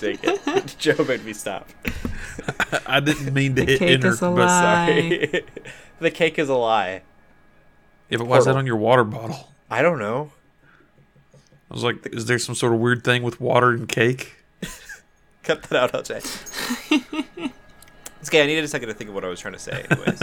Take it. Joe made me stop. I didn't mean to The hit cake enter. is a but lie. Sorry. the cake is a lie. yeah, but why is that on your water bottle? I don't know. I was like, is there some sort of weird thing with water and cake? Cut that out, LJ. it's okay. I needed a second to think of what I was trying to say. Anyways.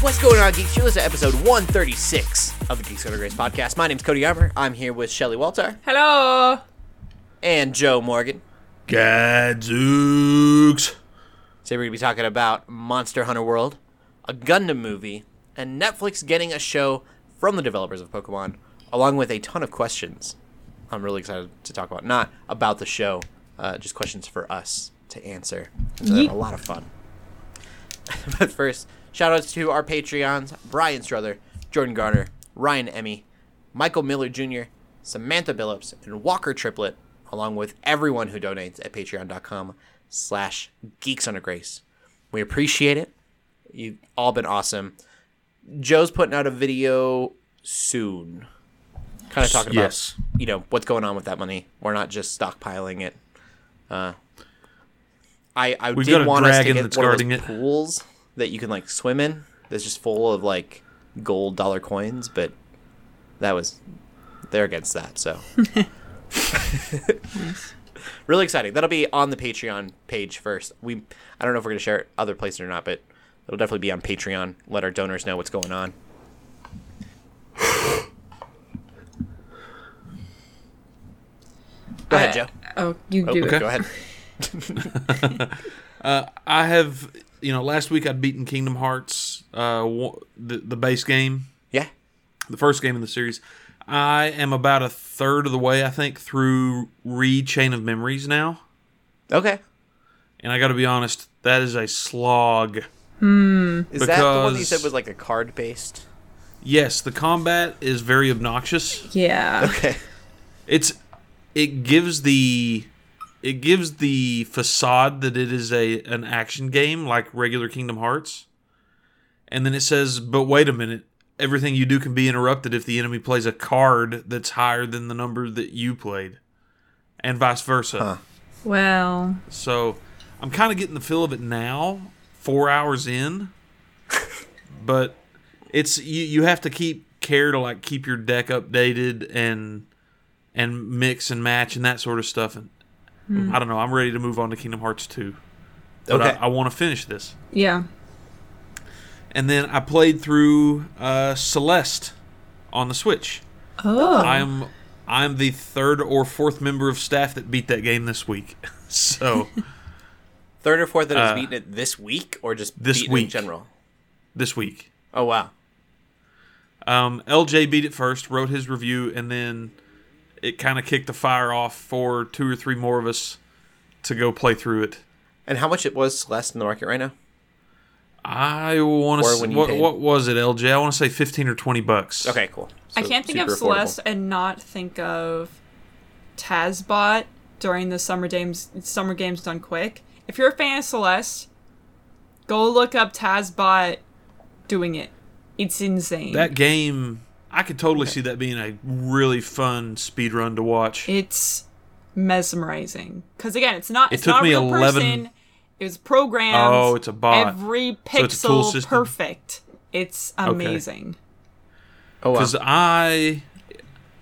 What's going on, Geeks? You're listening to episode 136 of the Geeks Go to Grace podcast. My name's Cody Armour. I'm here with Shelly Walter Hello. and Joe Morgan. Gadzooks. Today we're going to be talking about Monster Hunter World, a Gundam movie, and Netflix getting a show from the developers of Pokemon, along with a ton of questions. I'm really excited to talk about not about the show, uh, just questions for us to answer. And So they're Yeet. a lot of fun. but first, shout outs to our Patreons Brian Struther, Jordan Garner, Ryan Emmy, Michael Miller Jr., Samantha Billups, and Walker Triplet, along with everyone who donates at patreon.com slash geeks under grace. We appreciate it. You've all been awesome. Joe's putting out a video soon. Kind of talking yes. about you know what's going on with that money. We're not just stockpiling it. Uh, I I We've did got a want us to dragon get that's one of those guarding it. pools that you can like swim in. That's just full of like gold dollar coins, but that was they're against that. So really exciting. That'll be on the Patreon page first. We I don't know if we're gonna share it other places or not, but it'll definitely be on Patreon. Let our donors know what's going on. Go ahead, Joe. Oh, you Oh, do Go it. ahead. I have, you know, last week I'd beaten Kingdom Hearts, uh, wa- the, the base game, Yeah. the first game in the series. I am about a third of the way, I think, through Re Chain of Memories now. Okay. And I got to be honest, that is a slog. Is that the one that you Because- said was like a card based? Yes, the combat is very obnoxious. Yeah. Okay. it's it gives the it gives the facade that it is a an action game like regular Kingdom Hearts. And then it says, "But wait a minute. Everything you do can be interrupted if the enemy plays a card that's higher than the number that you played." And vice versa. Well, So, I'm kind of getting the feel of it now, 4 hours in. but it's you you have to keep care to like keep your deck updated and and mix and match and that sort of stuff. And I don't know. I'm ready to move on to Kingdom Hearts 2. But Okay. I, I want to finish this. yeah. And then I played through uh, Celeste on the Switch. Oh. I'm I'm the third or fourth member of staff that beat that game this week. so Third or fourth that has Uh, beaten it this week or just this beaten in week. general? this week, Oh, wow. um, LJ beat it first, wrote his review, and then it kind of kicked the fire off for two or three more of us to go play through it. And how much it was Celeste in the market right now? I want Or to. when you What, paid. what was it, LJ? I want to say fifteen or twenty bucks. Okay, cool. I So, can't think of super affordable. Celeste and not think of Tazbot during the summer games. Summer games done quick. If you're a fan of Celeste, go look up Tazbot doing it. It's insane. That game, I could totally see that being a really fun speed run to watch. it's mesmerizing because again, it's not. it's took not me a real 11 person. It was programmed. Oh, it's a bot. Every So pixel it's a tool system? perfect. It's amazing. Oh, wow. Because I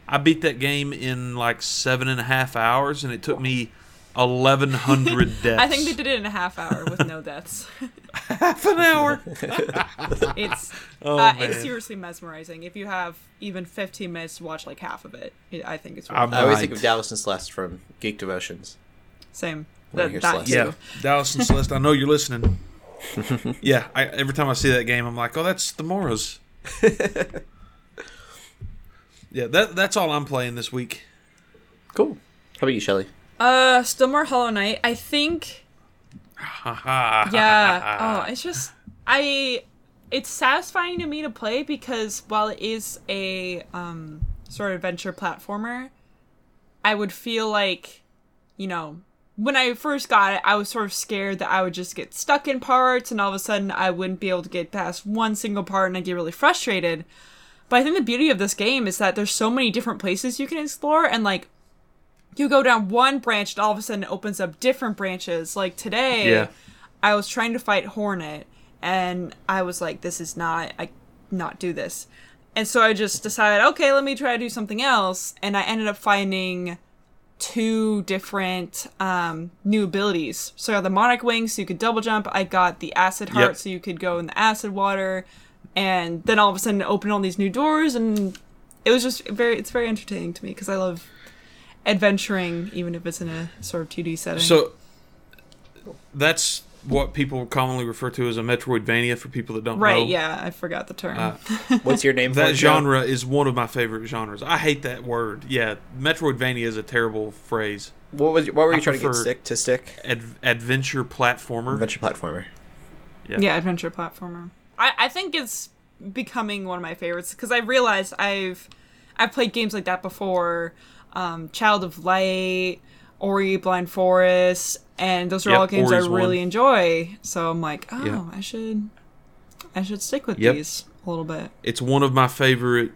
I beat that game in like seven and a half hours, and it took me eleven hundred deaths. I think they did it in a half hour with no deaths. half an hour. Oh, It's uh, man. it's seriously mesmerizing. If you have even 15 minutes to watch like half of it, it I think it's worth I'm Oh, it. I always think Right. of Dallas and Celeste from Geek Devotions. same. Wanna That, hear that Celeste. too. Yeah, Dallas and Celeste. I know you're listening. yeah, I, every time I see that game, I'm like, oh, that's the Moras. yeah, that that's all I'm playing this week. Cool. How about you, Shelly? Uh, still more Hollow Knight. I think. yeah. Oh, it's just I. It's satisfying to me to play because while it is a um sort of adventure platformer, I would feel like, you know, when I first got it, I was sort of scared that I would just get stuck in parts and all of a sudden I wouldn't be able to get past one single part and I'd get really frustrated. But I think the beauty of this game is that there's so many different places you can explore and like you go down one branch and all of a sudden it opens up different branches. Like today Yeah. I was trying to fight Hornet and I was like, this is not I not do this. And so I just decided, okay, let me try to do something else. And I ended up finding two different um, new abilities. So I got the Monarch Wings, so you could double jump. I got the Acid Heart, so you could go in the acid water. And then all of a sudden, it opened all these new doors, and it was just very. It's very entertaining to me because I love adventuring, even if it's in a sort of 2D setting. So that's what people commonly refer to as a Metroidvania for people that don't know. right? Yeah, I forgot the term. Uh, What's your name? for That it, Sean? genre is one of my favorite genres. I hate that word. Yeah, Metroidvania is a terrible phrase. What was? What were you I trying to prefer- get stick to stick? Ad- adventure platformer. Adventure platformer. yeah, adventure platformer. I, I think it's becoming one of my favorites because I realized I've I've played games like that before, um, Child of Light, Ori Blind Forest, and those are Yep, all games Ori's I one. really enjoy. So I'm like, oh, Yeah. I should I should stick with Yep. these a little bit. It's one of my favorite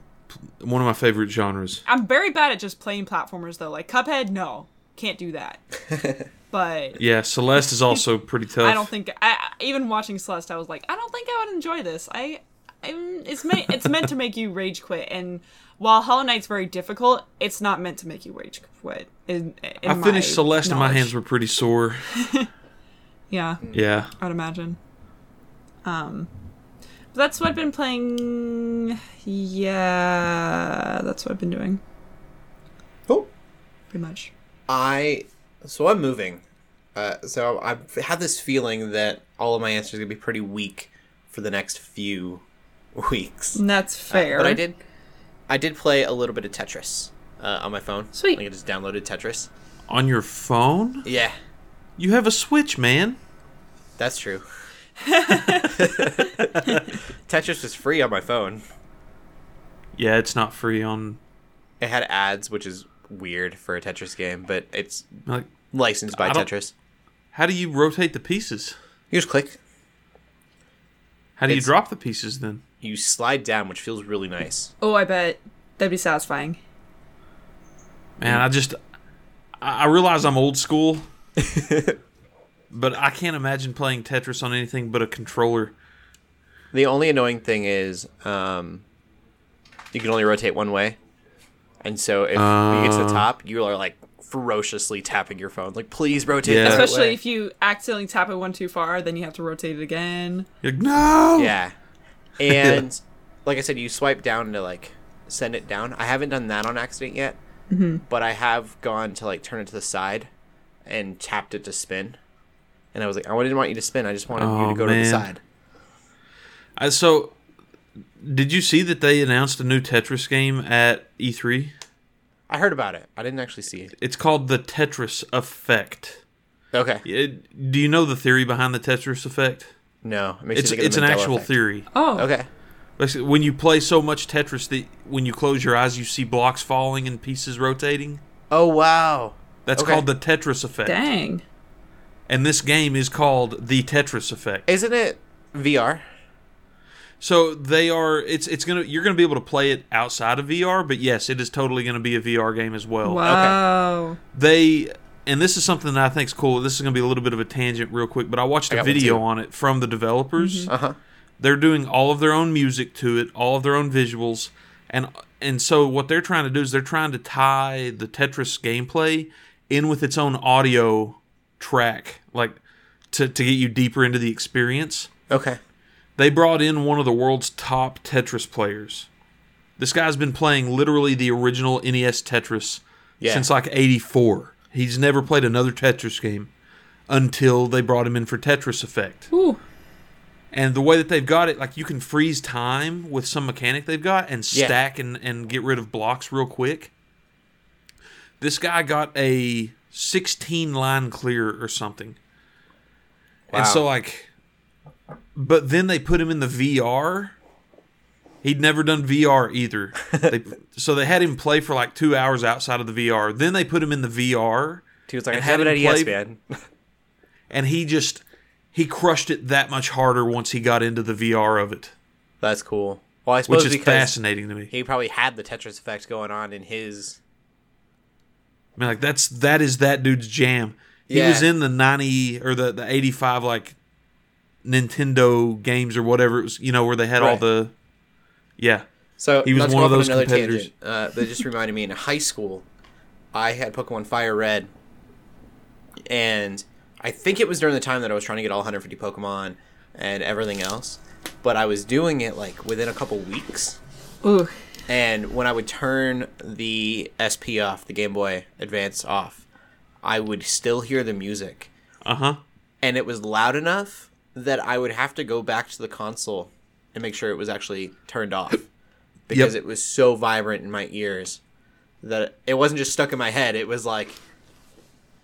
one of my favorite genres. I'm very bad at just playing platformers though. Like Cuphead, no, can't do that. but Yeah, Celeste is also pretty tough. I don't think I I- even watching Celeste, I was like, I don't think I would enjoy this. I, I'm, it's meant it's meant to make you rage quit. And while Hollow Knight's very difficult, it's not meant to make you rage quit. In, in I finished my Celeste and my knowledge. hands were pretty sore. Yeah, Yeah. I'd imagine. Um, but that's what I've been playing. Yeah, that's what I've been doing Cool. pretty much. I so I'm moving. Uh, so I've had this feeling that all of my answers are gonna be pretty weak for the next few weeks. And that's fair. Uh, But I did, I did play a little bit of Tetris uh, on my phone. Sweet. Like I just downloaded Tetris. On your phone? Yeah, You have a Switch, man. that's true. Tetris was free on my phone. Yeah, it's not free on It had ads, which is weird for a Tetris game, but it's like licensed by I don't- Tetris. how do you rotate the pieces? You just click, How do you It's- drop the pieces then? you slide down, which feels really nice. Oh, I bet that'd be satisfying. Man, I just I I realize I'm old school, but I can't imagine playing Tetris on anything but a controller. The only annoying thing is um, you can only rotate one way. And so if you get to the top, you are like ferociously tapping your phone. Like, please rotate Yeah. that Especially way. if you accidentally tap it one too far, then you have to rotate it again. You're like, no. Yeah. And like I said, you swipe down to like send it down. I haven't done that on accident yet, Mm-hmm. but I have gone to like turn it to the side and tapped it to spin. And I was like, I didn't want you to spin. I just wanted you Oh, to go to the man. side. Uh, so, did you see that they announced a new Tetris game at E3? I heard about it. I didn't actually see it. It's called the Tetris Effect. Okay. It- Uh, do you know the theory behind the Tetris Effect? No, it makes It's me think of it's the an Mandela actual effect. theory. Oh, Okay. Basically, when you play so much Tetris that when you close your eyes, you see blocks falling and pieces rotating. Oh wow. That's Okay. called the Tetris Effect. Dang. And this game is called the Tetris Effect. Isn't it VR? So they are. It's it's gonna. You're gonna be able to play it outside of VR, but yes, it is totally gonna be a VR game as Oh, well. Wow. They and this is something that I think is cool. This is gonna be a little bit of a tangent, real quick, but I watched I a got one video too. on it from the developers. Uh huh. They're doing all of their own music to it, all of their own visuals, and and so what they're trying to do is they're trying to tie the Tetris gameplay in with its own audio track, like to to get you deeper into the experience Okay. they brought in one of the world's top Tetris players. This guy's been playing literally the original NES Tetris Yeah. since like 84. He's never played another Tetris game until they brought him in for Tetris Effect. Ooh. And the way that they've got it, like you can freeze time with some mechanic they've got and Yeah. stack and, and get rid of blocks real quick. This guy got a 16 line clear or something. And so, Wow. like, but then they put him in the VR. He'd never done VR either. they, so they had him play for like two hours outside of the VR. Then they put him in the VR He was like, I And have it at having ES, played- man. and he just he crushed it that much harder once he got into the VR of it, That's cool. Well, I which suppose is because fascinating to me. he probably had the Tetris effect going on in his. I mean, like that's that is that dude's jam. He Yeah. was in the ninety or the the eighty five like Nintendo games or whatever it was, you know, where they had all Right. the yeah. So He was not to one go of off on those another competitors. tangent, Uh, that just reminded me. In high school, I had Pokemon Fire Red, and I think it was during the time that I was trying to get all 150 Pokemon and everything else. But I was doing it like within a couple weeks. Ooh, And when I would turn the SP off, the Game Boy Advance off, I would still hear the music. Uh huh. And it was loud enough that I would have to go back to the console and make sure it was actually turned off because it was so vibrant in my ears that it wasn't just stuck in my head. It was like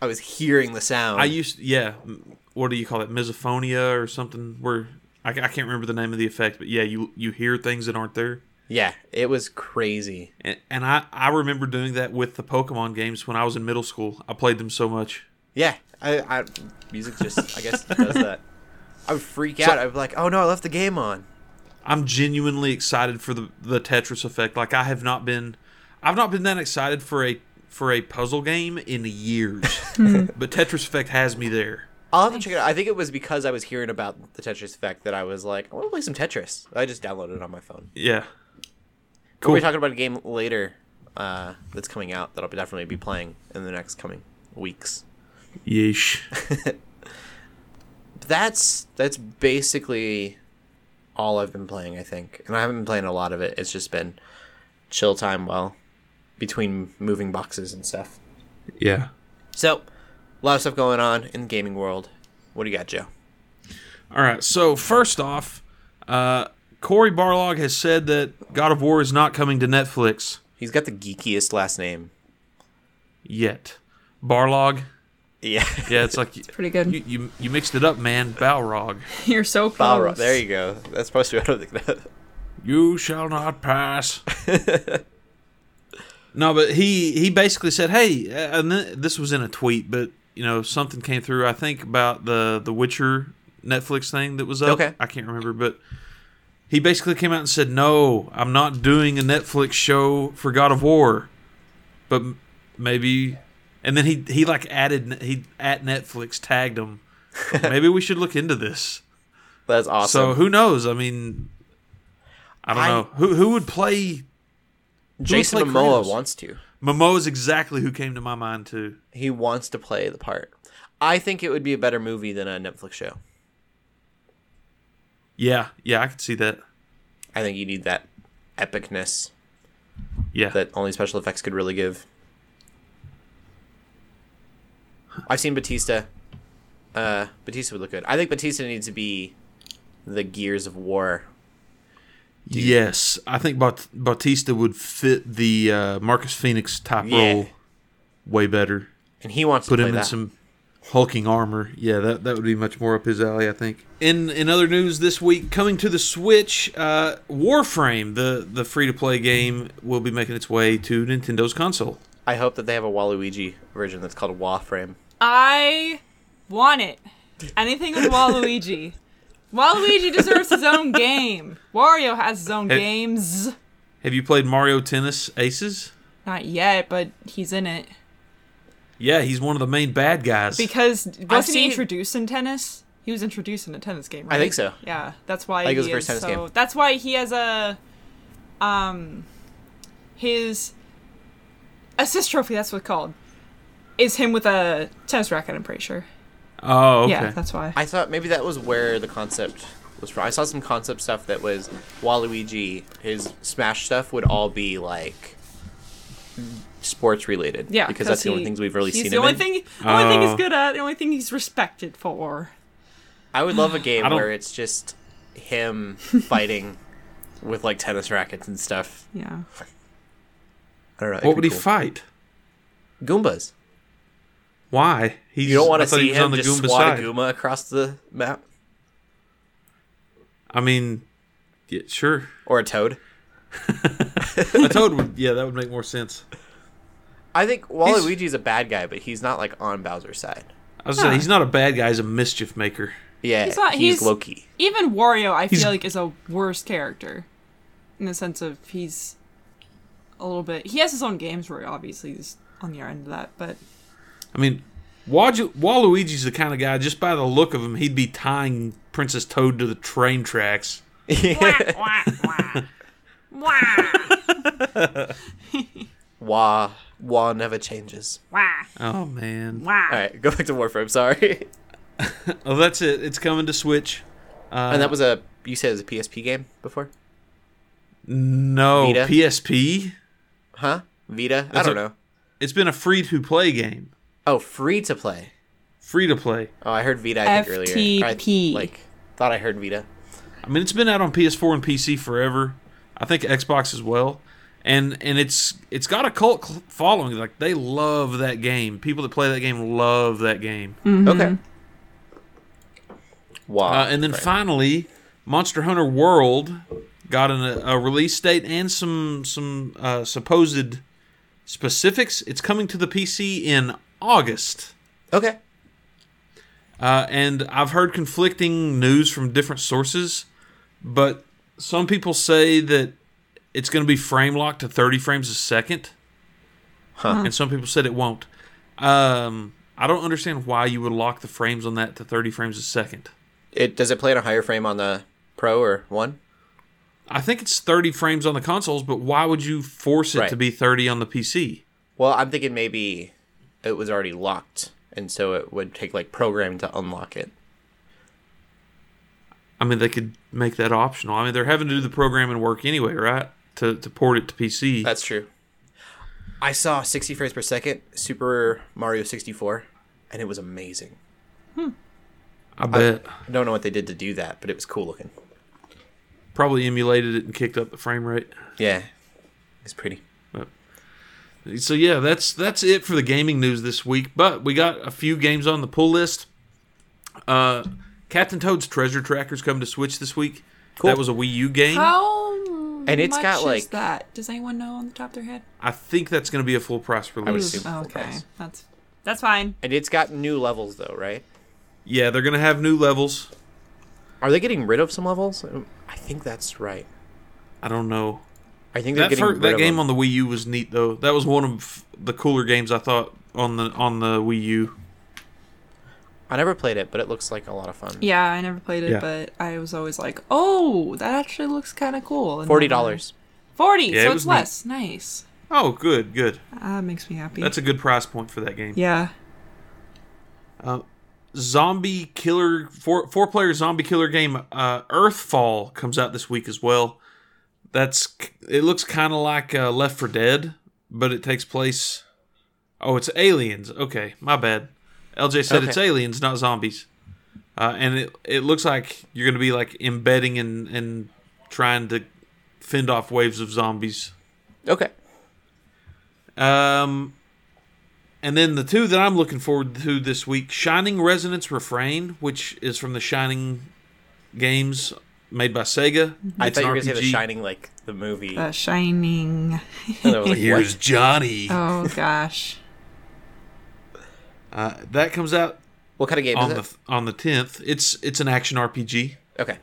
I was hearing the sound. I used yeah. m- What do you call it? Misophonia or something? Where I, ca- I can't remember the name of the effect, but yeah, you you hear things that aren't there. yeah, it was crazy. And, and I I remember doing that with the Pokemon games when I was in middle school. I played them so much. Yeah, I, I music just I guess does that. I would freak out. I'd be like, "Oh no, I left the game on." I'm genuinely excited for the the Tetris effect. Like I have not been I've not been that excited for a for a puzzle game in years. but Tetris effect has me there. I'll have to check it out. I think it was because I was hearing about the Tetris effect that I was like, I want to play some Tetris. I just downloaded it on my phone. Yeah. But We're Cool. talking about a game later uh, that's coming out that I'll definitely be playing in the next coming weeks. Yeesh. That's that's basically all I've been playing, I think. And I haven't been playing a lot of it. It's just been chill time while between moving boxes and stuff. Yeah. So, a lot of stuff going on in the gaming world. What do you got, Joe? All right. So first off, uh, Corey Barlog has said that God of War is not coming to Netflix He's got the geekiest last name. yet. Barlog. Yeah. Yeah, it's like you, pretty good. you, you, you mixed it up, man. Balrog. You're so close. Balrog. There you go. That's supposed to be what I think. You shall not pass. no, but he he basically said, "Hey," uh, and th- this was in a tweet, but you know something came through. I think about the the Witcher Netflix thing that was up. Okay. I can't remember, but he basically came out and said, "No, I'm not doing a Netflix show for God of War, but m- maybe." And then he he like added he at Netflix tagged him. maybe we should look into this. That's awesome. So who knows? I mean, I don't I- know who who would play. Jason looks like Momoa Kratos. wants to. Momoa is exactly who came to my mind too. He wants to play the part. I think it would be a better movie than a Netflix show. Yeah, yeah, I could see that. I think you need that epicness Yeah, that only special effects could really give. I've seen Batista. Uh, Batista would look good. I think Batista needs to be the Gears of War. yes, I think Bat- Bautista would fit the uh, Marcus Phoenix type Yeah. role way better. And he wants Put to play him in that. some hulking armor. Yeah, that that would be much more up his alley, I think. In in other news this week, coming to the Switch, uh, Warframe, the the free to play game, will be making its way to Nintendo's console. I hope that they have a Waluigi version that's called Waframe. I want it. Anything with Waluigi. Waluigi deserves his own game. Wario has his own Hey. games. Have you played Mario Tennis Aces? Not yet, but he's in it. Yeah, he's one of the main bad guys. Because wasn't he seen- introduced in tennis? He was introduced in a tennis game, right? I think so. Yeah, that's why think it was he the first is tennis so. game. That's why he has a, um, his assist trophy. That's what it's called. Is him with a tennis racket? I'm pretty sure. oh, okay. Yeah, that's why. I thought maybe that was where the concept was from. I saw some concept stuff that was Waluigi, his Smash stuff would all be like sports related. yeah, because that's the only he- things we've really he's seen The him only in. thing, only thing he's Oh. good at, the only thing he's respected for. I would love a game I don't- where it's just him fighting with like tennis rackets and stuff. Yeah, I don't know. it What could would be he cool. fight? Goombas. Why? He's, You don't want I to thought he see was him on the just Goomba swat side. a Goomba across the map I mean, yeah, sure. or a Toad. A toad would. Yeah, that would make more sense. I think Waluigi's a bad guy, but he's not like on Bowser's side. I was saying, he's not a bad guy. He's a mischief maker. Yeah, He's he's, not- he's- Loki. Even Wario, I He's- feel like, is a worse character in the sense of he's a little bit. He has his own games where obviously he's on the other end of that, but I mean, Waju- Waluigi's the kind of guy. Just by the look of him, he'd be tying Princess Toad to the train tracks. Wah Wah never changes. Oh man! All right, go back to Warframe. Sorry, Oh, that's it. It's coming to Switch. Uh, and that was a you said it was a PSP game before, no Vita? PSP. huh? Vita. I That's don't a- know. It's been a free to play game. Oh, free to play. Free to play. Oh, I heard Vita. I think earlier. I, FTP. like thought I heard Vita. I mean, it's been out on PS4 and PC forever. I think Xbox as well. And and it's it's got a cult cl- following. Like they love that game. People that play that game love that game. Okay. Wow. Mm-hmm. Uh, and then finally, Monster Hunter World got an, a release date and some some uh, supposed specifics. It's coming to the PC in August. okay. Uh, and I've heard conflicting news from different sources, but some people say that it's going to be frame locked to 30 frames a second, Huh. and some people said it won't. Um, I don't understand why you would lock the frames on that to 30 frames a second. It does it play at a higher frame on the Pro or one? I think it's 30 frames on the consoles, but why would you force it Right. to be 30 on the PC? Well, I'm thinking maybe it was already locked, and so it would take like programming to unlock it. I mean, they could make that optional. I mean, they're having to do the programming work anyway, right? To, to port it to PC. That's true. I saw 60 frames per second Super Mario 64, and it was amazing. I bet. I don't know what they did to do that, but it was cool looking. Probably emulated it and kicked up the frame rate. Yeah, it's pretty. So yeah, that's that's it for the gaming news this week. But we got a few games on the pull list. Uh, Captain Toad's Treasure Tracker's coming to Switch this week. Cool. That was a Wii U game. how And it's much got, is like- that? Does anyone know on the top of their head? I think that's going to be a full price release. would assume. Oh, full okay, price. that's that's fine. And it's got new levels though, right? Yeah, they're going to have new levels. Are they getting rid of some levels? Um, I think that's right. I don't know. I think they're That getting fir- rid that of game them. on the Wii U was neat though. That was one of the cooler games I thought on the on the Wii U. I never played it, but it looks like a lot of fun. Yeah, I never played it, Yeah. but I was always like, "Oh, that actually looks kind of cool." And Forty then- dollars. Forty. Yeah, it so was it's neat. less. Nice. Oh, good, good. That makes me happy. That's a good price point for that game. yeah. zombie killer four four player zombie killer game uh, Earthfall comes out this week as well. That's k- it looks kind of like uh, Left for Dead, but it takes place. Oh, it's aliens. Okay, my bad. LJ said it's Okay. aliens, not zombies. Uh, and it it looks like you're gonna be like embedding and and trying to fend off waves of zombies. Okay. Um, and then the two that I'm looking forward to this week: Shining Resonance Refrain, which is from the Shining games made by Sega. I It's thought an you were gonna say The RPG. Shining, like the movie. The Shining. And I was like, Here's what? Johnny. Oh gosh. Uh, that comes out What kind of game on is the on the tenth. It's it's an action RPG. it? Okay.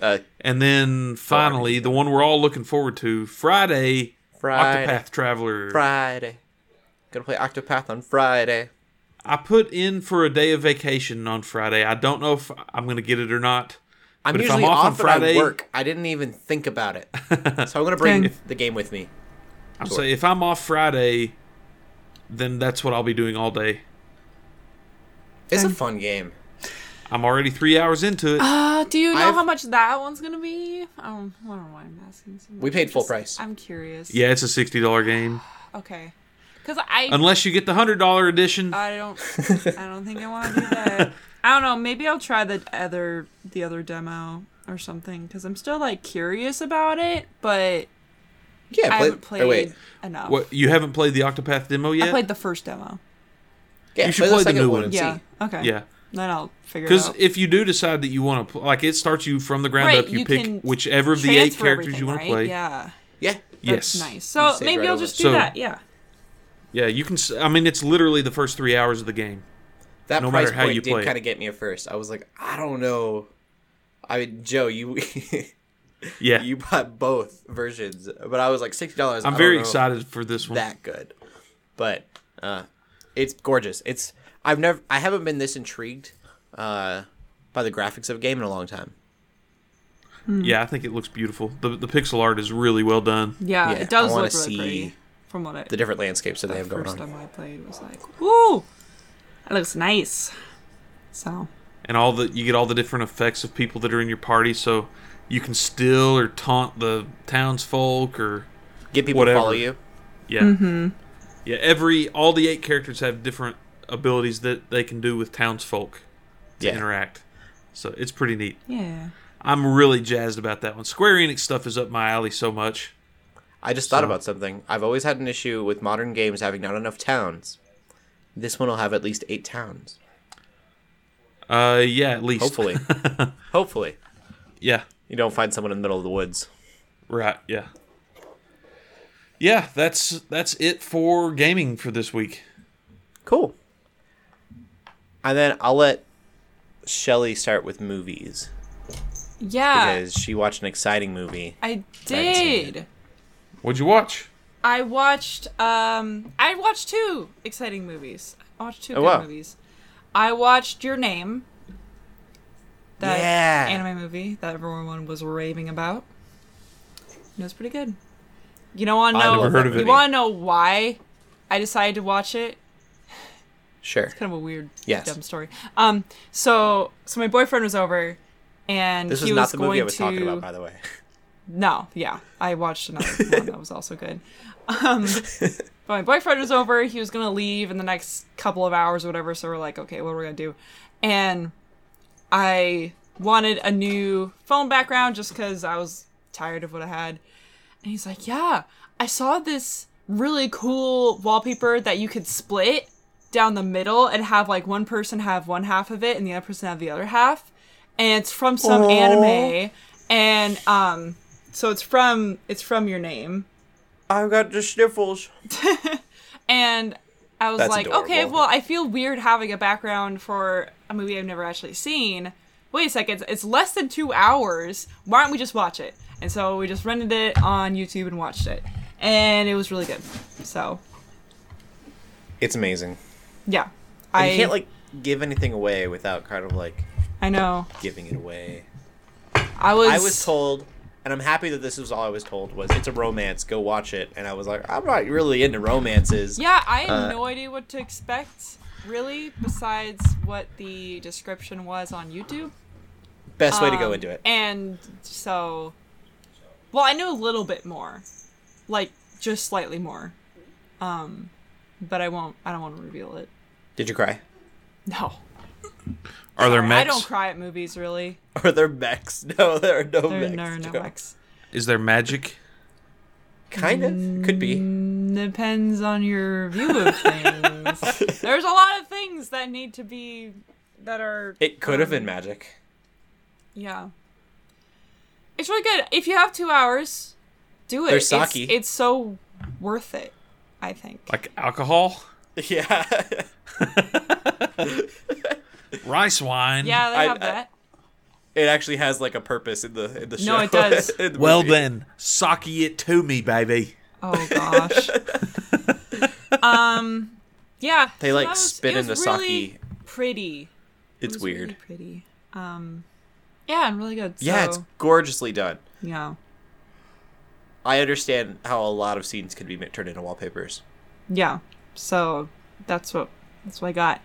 Uh, And then finally, the one we're all looking forward to Friday, Friday. Octopath Traveler. Friday. Gonna play Octopath on Friday. I put in for a day of vacation on Friday. I don't know if I'm going to get it or not. I'm But if usually I'm off on off, but Friday- I work. I didn't even think about it, so I'm gonna bring Dang. the game with me. I'm Sure. saying if I'm off Friday, then that's what I'll be doing all day. It's a Dang. fun game. I'm already three hours into it. Uh, do you know I've- how much that one's gonna be? Um, I don't know why I'm asking. So much. We paid full Just- price. I'm curious. Yeah, it's a sixty dollar game. Okay. Cause I Unless you get the hundred dollar edition. I don't I don't think I want to do that. I don't know. Maybe I'll try the other the other demo or something because I'm still like curious about it, but Yeah, I play, haven't played or wait, enough. What you haven't played the Octopath demo yet? I played the first demo. yeah, You should play the second new one one. and Yeah. see. Okay. yeah, Then I'll figure it because out. if you do decide that you want to pl- like, it starts you from the ground Right, up. You, you can pick whichever of the eight Transfer characters everything, you want right? to play. Yeah. Yeah, Yes. Nice. So save maybe right I'll over. just do So- that. Yeah. Yeah, you can. s- I mean, it's literally the first three hours of the game. That No price matter how point you play did it. kind of get me at first. I was like, I don't know. I mean, Joe, you Yeah, you bought both versions, but I was like sixty dollars. I'm very excited for this one. That good, but uh, it's gorgeous. It's I've never I haven't been this intrigued uh, by the graphics of a game in a long time. Hmm. Yeah, I think it looks beautiful. The the pixel art is really well done. Yeah, Yeah, it I does wanna look really see pretty. From what I The different landscapes that they have going first on. time I played was like, woo, that looks nice. So and all the you get all the different effects of people that are in your party so you can steal or taunt the townsfolk or Get people Whatever. to follow you. yeah Mm-hmm. yeah every all the eight characters have different abilities that they can do with townsfolk to Yeah. interact so it's pretty neat yeah, i'm really jazzed about that one square enix stuff is up my alley so much I just thought about something. I've always had an issue with modern games having not enough towns. This one will have at least eight towns. uh yeah at least Hopefully. Hopefully. yeah You don't find someone in the middle of the woods. right yeah yeah that's that's it for gaming for this week Cool. And then I'll let Shelly start with movies yeah, because she watched an exciting movie. I haven't seen it. did. what'd you watch I watched. Um, I watched two exciting movies. I watched two Oh, good wow. movies. I watched Your Name. That Yeah. anime movie that everyone was raving about. And it was pretty good. You don't want to I know. never heard of You it. want to know why I decided to watch it? Sure. kind of a weird Yes. dumb story. Um so so my boyfriend was over and This he was not was the going movie I was to talking about, by the way. No, yeah. I watched another one that was also good. Um but my boyfriend was over, he was going to leave in the next couple of hours or whatever, so we're like, okay, what are we going to do? And I wanted a new phone background just cuz I was tired of what I had. And he's like, "Yeah, I saw this really cool wallpaper that you could split down the middle and have like one person have one half of it and the other person have the other half, and it's from some anime, and um, so it's from it's from your name." I've got the sniffles. And I was That's like, "Okay, adorable. well, I feel weird having a background for a movie I've never actually seen." Wait a second, it's less than two hours. Why don't we just watch it? And so we just rented it on YouTube and watched it. And it was really good. So It's amazing. Yeah. And I you can't like give anything away without kind of like I know. giving it away. I was I was told, and I'm happy that this was all I was told was it's a romance. Go watch it. And I was like, I'm not really into romances. Yeah, I had uh, no idea what to expect really besides what the description was on YouTube. Best way to Um, go into it. And so well, I knew a little bit more. Like just slightly more. Um but I won't I don't want to reveal it. Did you cry? No. are there mechs? I don't cry at movies really. Are there mechs? No, there are no There mechs. are no Joe. X. Is there magic? Kind of. Could be. Depends on your view of things. There's a lot of things that need to be that are It could have been magic. yeah. It's really good. If you have two hours, do it. There's It's- sake. It's, so worth it. I think. Like alcohol? Yeah. Rice wine? yeah, they I- have I- that. it actually has like a purpose in the in the show. No, it does. In the Well movie. then, sake it to me, baby. Oh gosh. um, yeah. They, so like, that was- spit it in was the really sake. Pretty. It It's was weird. really pretty. Um, yeah, and really good. Yeah, it's so, gorgeously done. yeah. I understand how a lot of scenes could be ma- turned into wallpapers. yeah so that's what that's what i got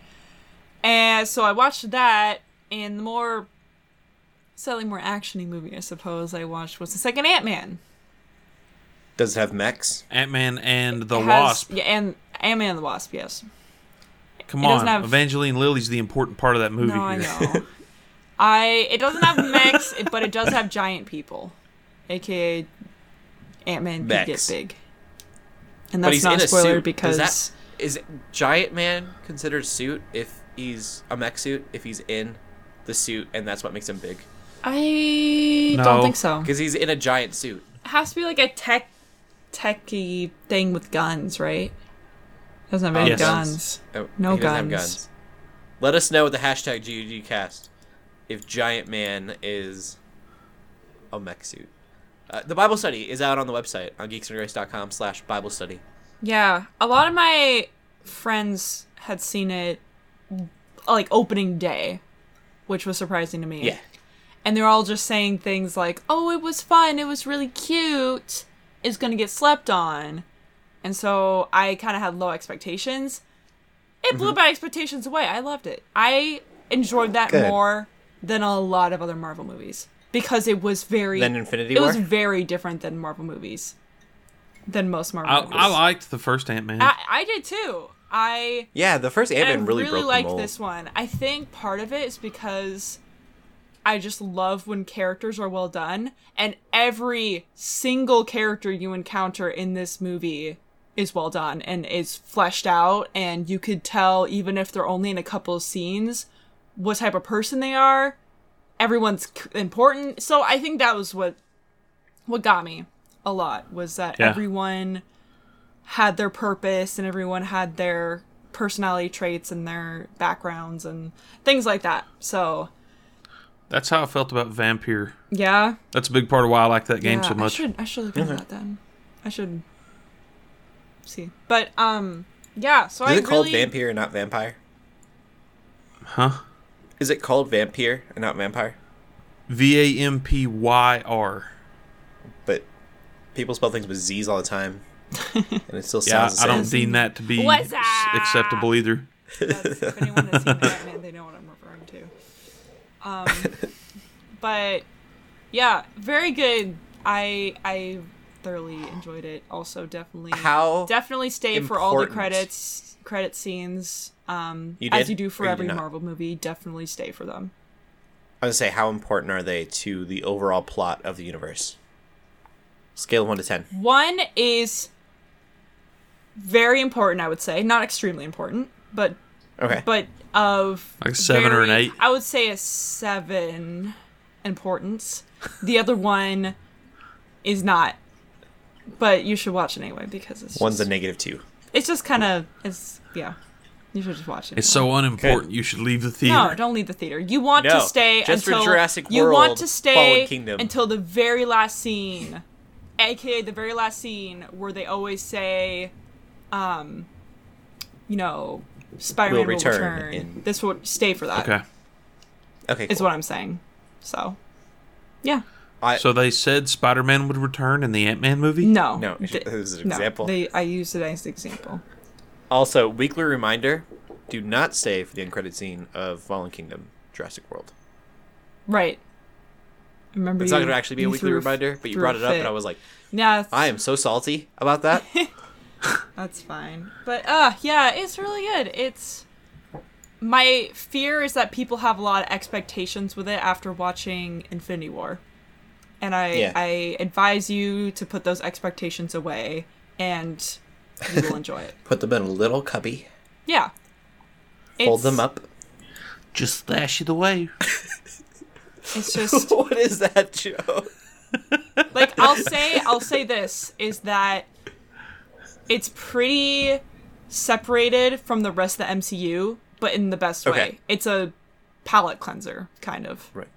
and so i watched that and the more slightly more actiony movie i suppose i watched was the second ant-man Does it have mechs? Ant Man and the It has- Wasp. yeah and ant-man and the wasp yes Come it on, doesn't have- Evangeline Lilly's the important part of that movie. no i here. know i it doesn't have mechs it- but it does have giant people aka ant-man could get Mechs. big and But that's he's not in a a spoiler suit. because Is that- Is Giant Man considered suit if he's a mech suit if he's in the suit and that's what makes him big? i No. don't think so Because he's in a giant suit. has to be like a tech techy thing with guns, right? Doesn't have any Yes. guns. Oh, No he doesn't have guns. guns. Let us know with the hashtag GUGcast if Giant Man is a mech suit. Uh, the Bible study is out on the website on geeksandgrace.com slash Bible study. Yeah, a lot of my friends had seen it like opening day, which was surprising to me. Yeah. And they're all just saying things like, "Oh, it was fun. It was really cute. It's going to get slept on." And so I kind of had low expectations. It Mm-hmm. blew my expectations away. I loved it. I enjoyed that Good. more than a lot of other Marvel movies because it was very Then Infinity it War. was very different than Marvel movies than most Marvel I, movies. I liked the first Ant Man. I, I did too. I yeah, the first Ant I Man really, really, broke the liked mold. this one. I think part of it is because I just love when characters are well done, and every single character you encounter in this movie is well done and is fleshed out, and you could tell even if they're only in a couple of scenes what type of person they are. Everyone's c- important, so I think that was what what got me a lot was that Yeah. everyone had their purpose and everyone had their personality traits and their backgrounds and things like that. So That's how I felt about Vampire. yeah, That's a big part of why I like that game yeah, so I much. should I should look into that then. I should see, but um, yeah. So Is I it called really Vampire and not Vampire? Huh? Is it called Vampire and not Vampire? V A M P Y R. But people spell things with Z's all the time. and it still Yeah, sounds I the don't same. deem that to be What's s- up? acceptable either. That's, if anyone has seen Batman, they know what I'm referring to. Um, but yeah, very good. I I thoroughly enjoyed it. Also, definitely How definitely stay for all the important. credits credit scenes. Um, You as did, you do for or you did every not? Marvel movie, definitely stay for them. I would say, how important are they to the overall plot of the universe? Scale of one to ten. One is very important, I would say, not extremely important, but Okay. but of Like a seven or an very- eight? I would say a seven importance. The other one is not, but you should watch it anyway because it's One's a just, negative two. it's just kind of it's yeah. You should just watch it. It's so unimportant. You should leave the theater. No, don't leave the theater. You want No, to stay just for until Jurassic you want World, to Fallen stay Kingdom. until the very last scene, aka the very last scene where they always say, um, you know, Spider-Man will Will return. return in- This will stay for that. Okay. Okay. Is cool. what I'm saying. So, yeah, I, So they said Spider Man would return in the Ant Man movie? no, No, it Th- was an no, example. they- I used it as an example. also, weekly reminder: do not stay for the end credit scene of Fallen Kingdom, Jurassic World. Right. I Remember It's you, not going to actually be a you weekly threw a f- reminder, but you threw brought a it up, fit. and I was like, yeah, it's- I am so salty about that. That's fine. But uh yeah, it's really good. It's my fear is that people have a lot of expectations with it after watching Infinity War. And I Yeah. I advise you to put those expectations away and you will enjoy it. Put them in a little cubby. Yeah. Hold It's- them up. Just slash it away. It's just what is that, Joe? like I'll say I'll say this is that it's pretty separated from the rest of the MCU, but in the best Okay. way. It's a palate cleanser kind of. Right.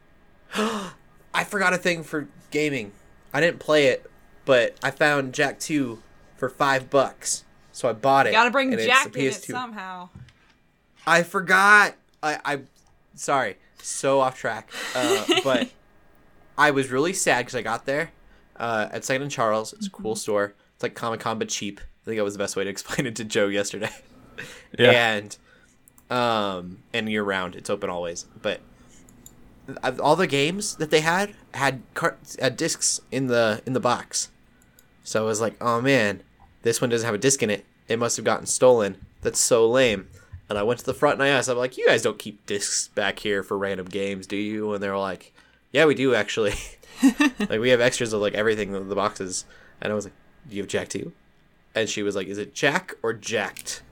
I forgot a thing for gaming. I didn't play it, but I found Jack Two for five bucks, so I bought it. Gotta bring and it's Jack a in it PS2. somehow. I forgot. I, I, sorry, so off track. Uh, but I was really sad because I got there uh, at Second and Charles. It's a cool Mm-hmm. store. It's like Comic Con but cheap. I think that was the best way to explain it to Joe yesterday. Yeah. And, um, and year round, it's open always. But of all the games that they had had car- uh, discs in the in the box. So I was like, oh man, this one doesn't have a disc in it. It must have gotten stolen. That's so lame. And I went to the front and I asked, I'm like, you guys don't keep discs back here for random games, do you? And they were like, yeah, we do actually. like we have extras of like everything in the boxes. And I was like, do you have Jack too? And she was like, is it Jack or Jacked?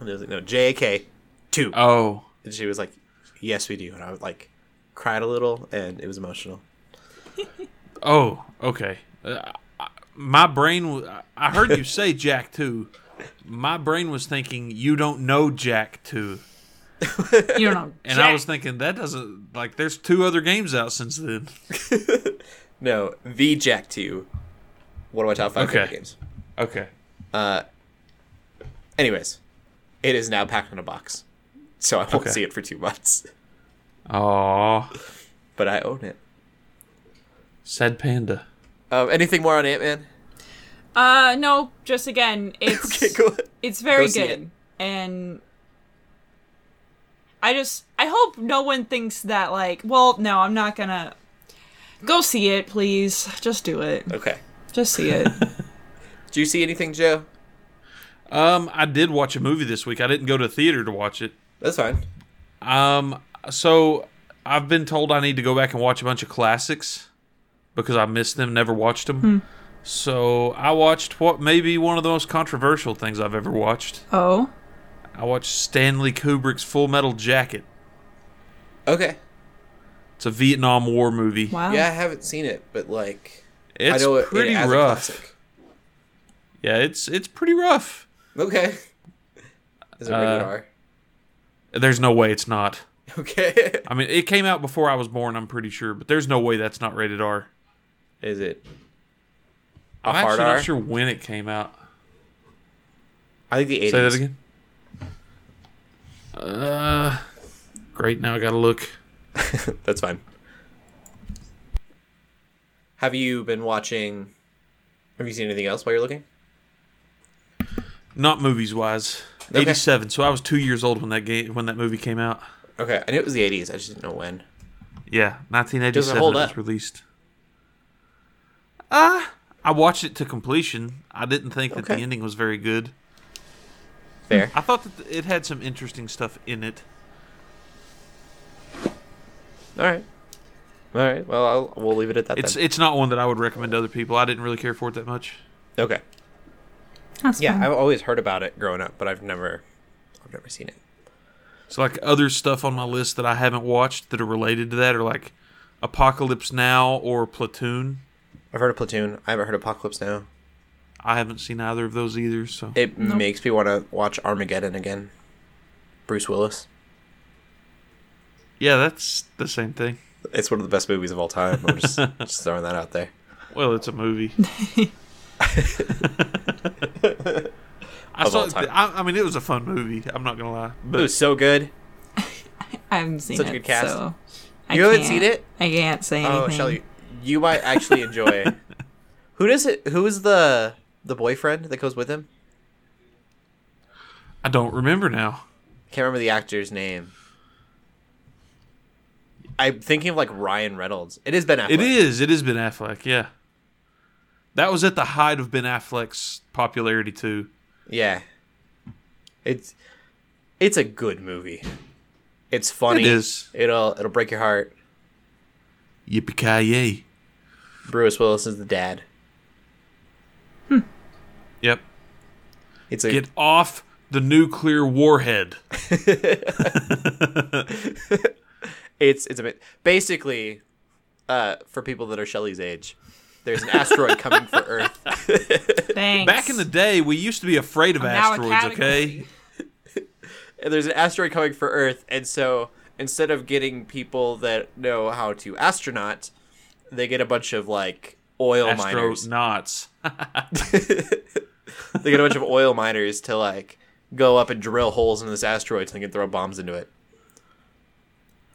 And I was like, no, J A K, two. Oh. And she was like, yes, we do. And I was like, cried a little and it was emotional. Oh, okay. Uh, I- my brain was. I heard you say Jack too, My brain was thinking you don't know Jack two, You don't know. and I Jack. was thinking that doesn't like there's two other games out since then. No, the Jack 2. One of my top five Okay. favorite games. Okay, Anyways, it is now packed in a box. So I won't Okay. see it for two months. oh, But I own it. sad panda. Um, anything more on Ant Man? Uh, no, just again, it's Okay, go ahead. it's very Go see good, it. and I just I hope no one thinks that like, well, no, I'm not gonna go see it. Please, just do it. Okay. Just see it. Do you see anything, Joe? Um, I did watch a movie this week. I didn't go to theater to watch it. That's fine. Um, so I've been told I need to go back and watch a bunch of classics because I missed them, never watched them. So I watched what may be one of the most controversial things I've ever watched. oh, I watched Stanley Kubrick's Full Metal Jacket. Okay. It's a Vietnam War movie. wow. Yeah, I haven't seen it, but like It's I know it, it pretty as a rough. classic. Yeah, it's it's pretty rough. Okay. Is it rated Uh, R? There's no way it's not. Okay. I mean, it came out before I was born, I'm pretty sure, but there's no way that's not rated R. Is it? I'm hard actually R? not sure when it came out. I think the 80s. Say that again. Uh, great. Now I gotta look. That's fine. Have you been watching? Have you seen anything else while you're looking? Not movies wise. Okay. Eighty-seven. So I was two years old when that game when that movie came out. Okay, I knew it was the 80s. I just didn't know when. Yeah, nineteen Doesn't eighty-seven. hold It was up. released. Ah, I watched it to completion. I didn't think that Okay. the ending was very good. Fair. I thought that it had some interesting stuff in it. All right. All right. Well, I'll, we'll leave it at that. It's then. it's not one that I would recommend to other people. I didn't really care for it that much. okay. That's Yeah, fine. I've always heard about it growing up, but I've never, I've never seen it. So like other stuff on my list that I haven't watched that are related to that are like Apocalypse Now or Platoon. I've heard of Platoon. I haven't heard of Apocalypse Now. I haven't seen either of those either. So It makes me want to watch Armageddon again. Bruce Willis. yeah, that's the same thing. It's one of the best movies of all time. I'm just, just throwing that out there. Well, it's a movie. I Of saw. all time. I, I mean, it was a fun movie. I'm not gonna lie, It was but so good. I haven't seen such a it. good cast. So I You haven't can't- seen it? I can't say anything. Oh, Shelly, you might actually enjoy. who does it? Who is the the boyfriend that goes with him? I don't remember now. Can't remember the actor's name. I'm thinking of like Ryan Reynolds. It is Ben Affleck. It is. It is Ben Affleck. Yeah, that was at the height of Ben Affleck's popularity too. Yeah. It's it's a good movie. It's funny. It is. It'll it'll break your heart. Yippee ki yay! Bruce Willis is the dad. Yep. It's a Get off the nuclear warhead. it's it's a bit basically uh for people that are Shelley's age. There's an asteroid coming for Earth. Thanks. Back in the day, we used to be afraid of Now a asteroids. Okay. category. and there's an asteroid coming for Earth, and so instead of getting people that know how to astronaut, they get a bunch of like oil miners. Astronauts. They get a bunch of oil miners to like go up and drill holes in this asteroid so they can throw bombs into it.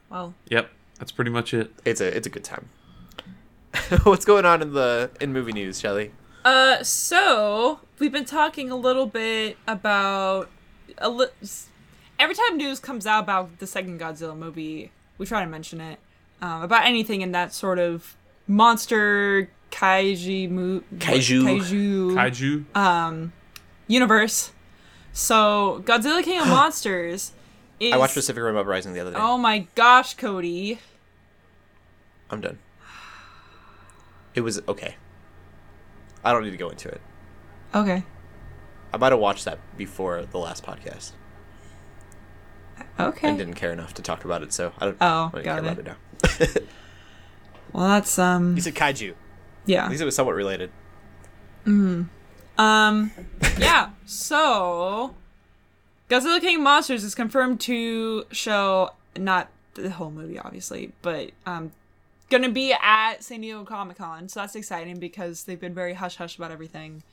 Well, yep. That's pretty much it. It's a it's a good time. What's going on in the in movie news, Shelley? Uh, so we've been talking a little bit about a li- s- every time news comes out about the second Godzilla movie, we try to mention it um, about anything in that sort of monster kaiju mo- Kaiju. kaiju Kaiju. Uh, universe. So Godzilla King of Monsters is I watched Pacific Rim Uprising the other day. oh my gosh, Cody. I'm done. It was okay. I don't need to go into it. Okay, I might have watched that before the last podcast okay. and didn't care enough to talk about it, so I don't. Oh, I don't got care about it. it now. Well, that's um He said kaiju. At yeah. least it was somewhat related. Um, yeah. So, Godzilla King of Monsters is confirmed to show not the whole movie, obviously, but um, gonna be at San Diego Comic Con. So that's exciting because they've been very hush hush about everything.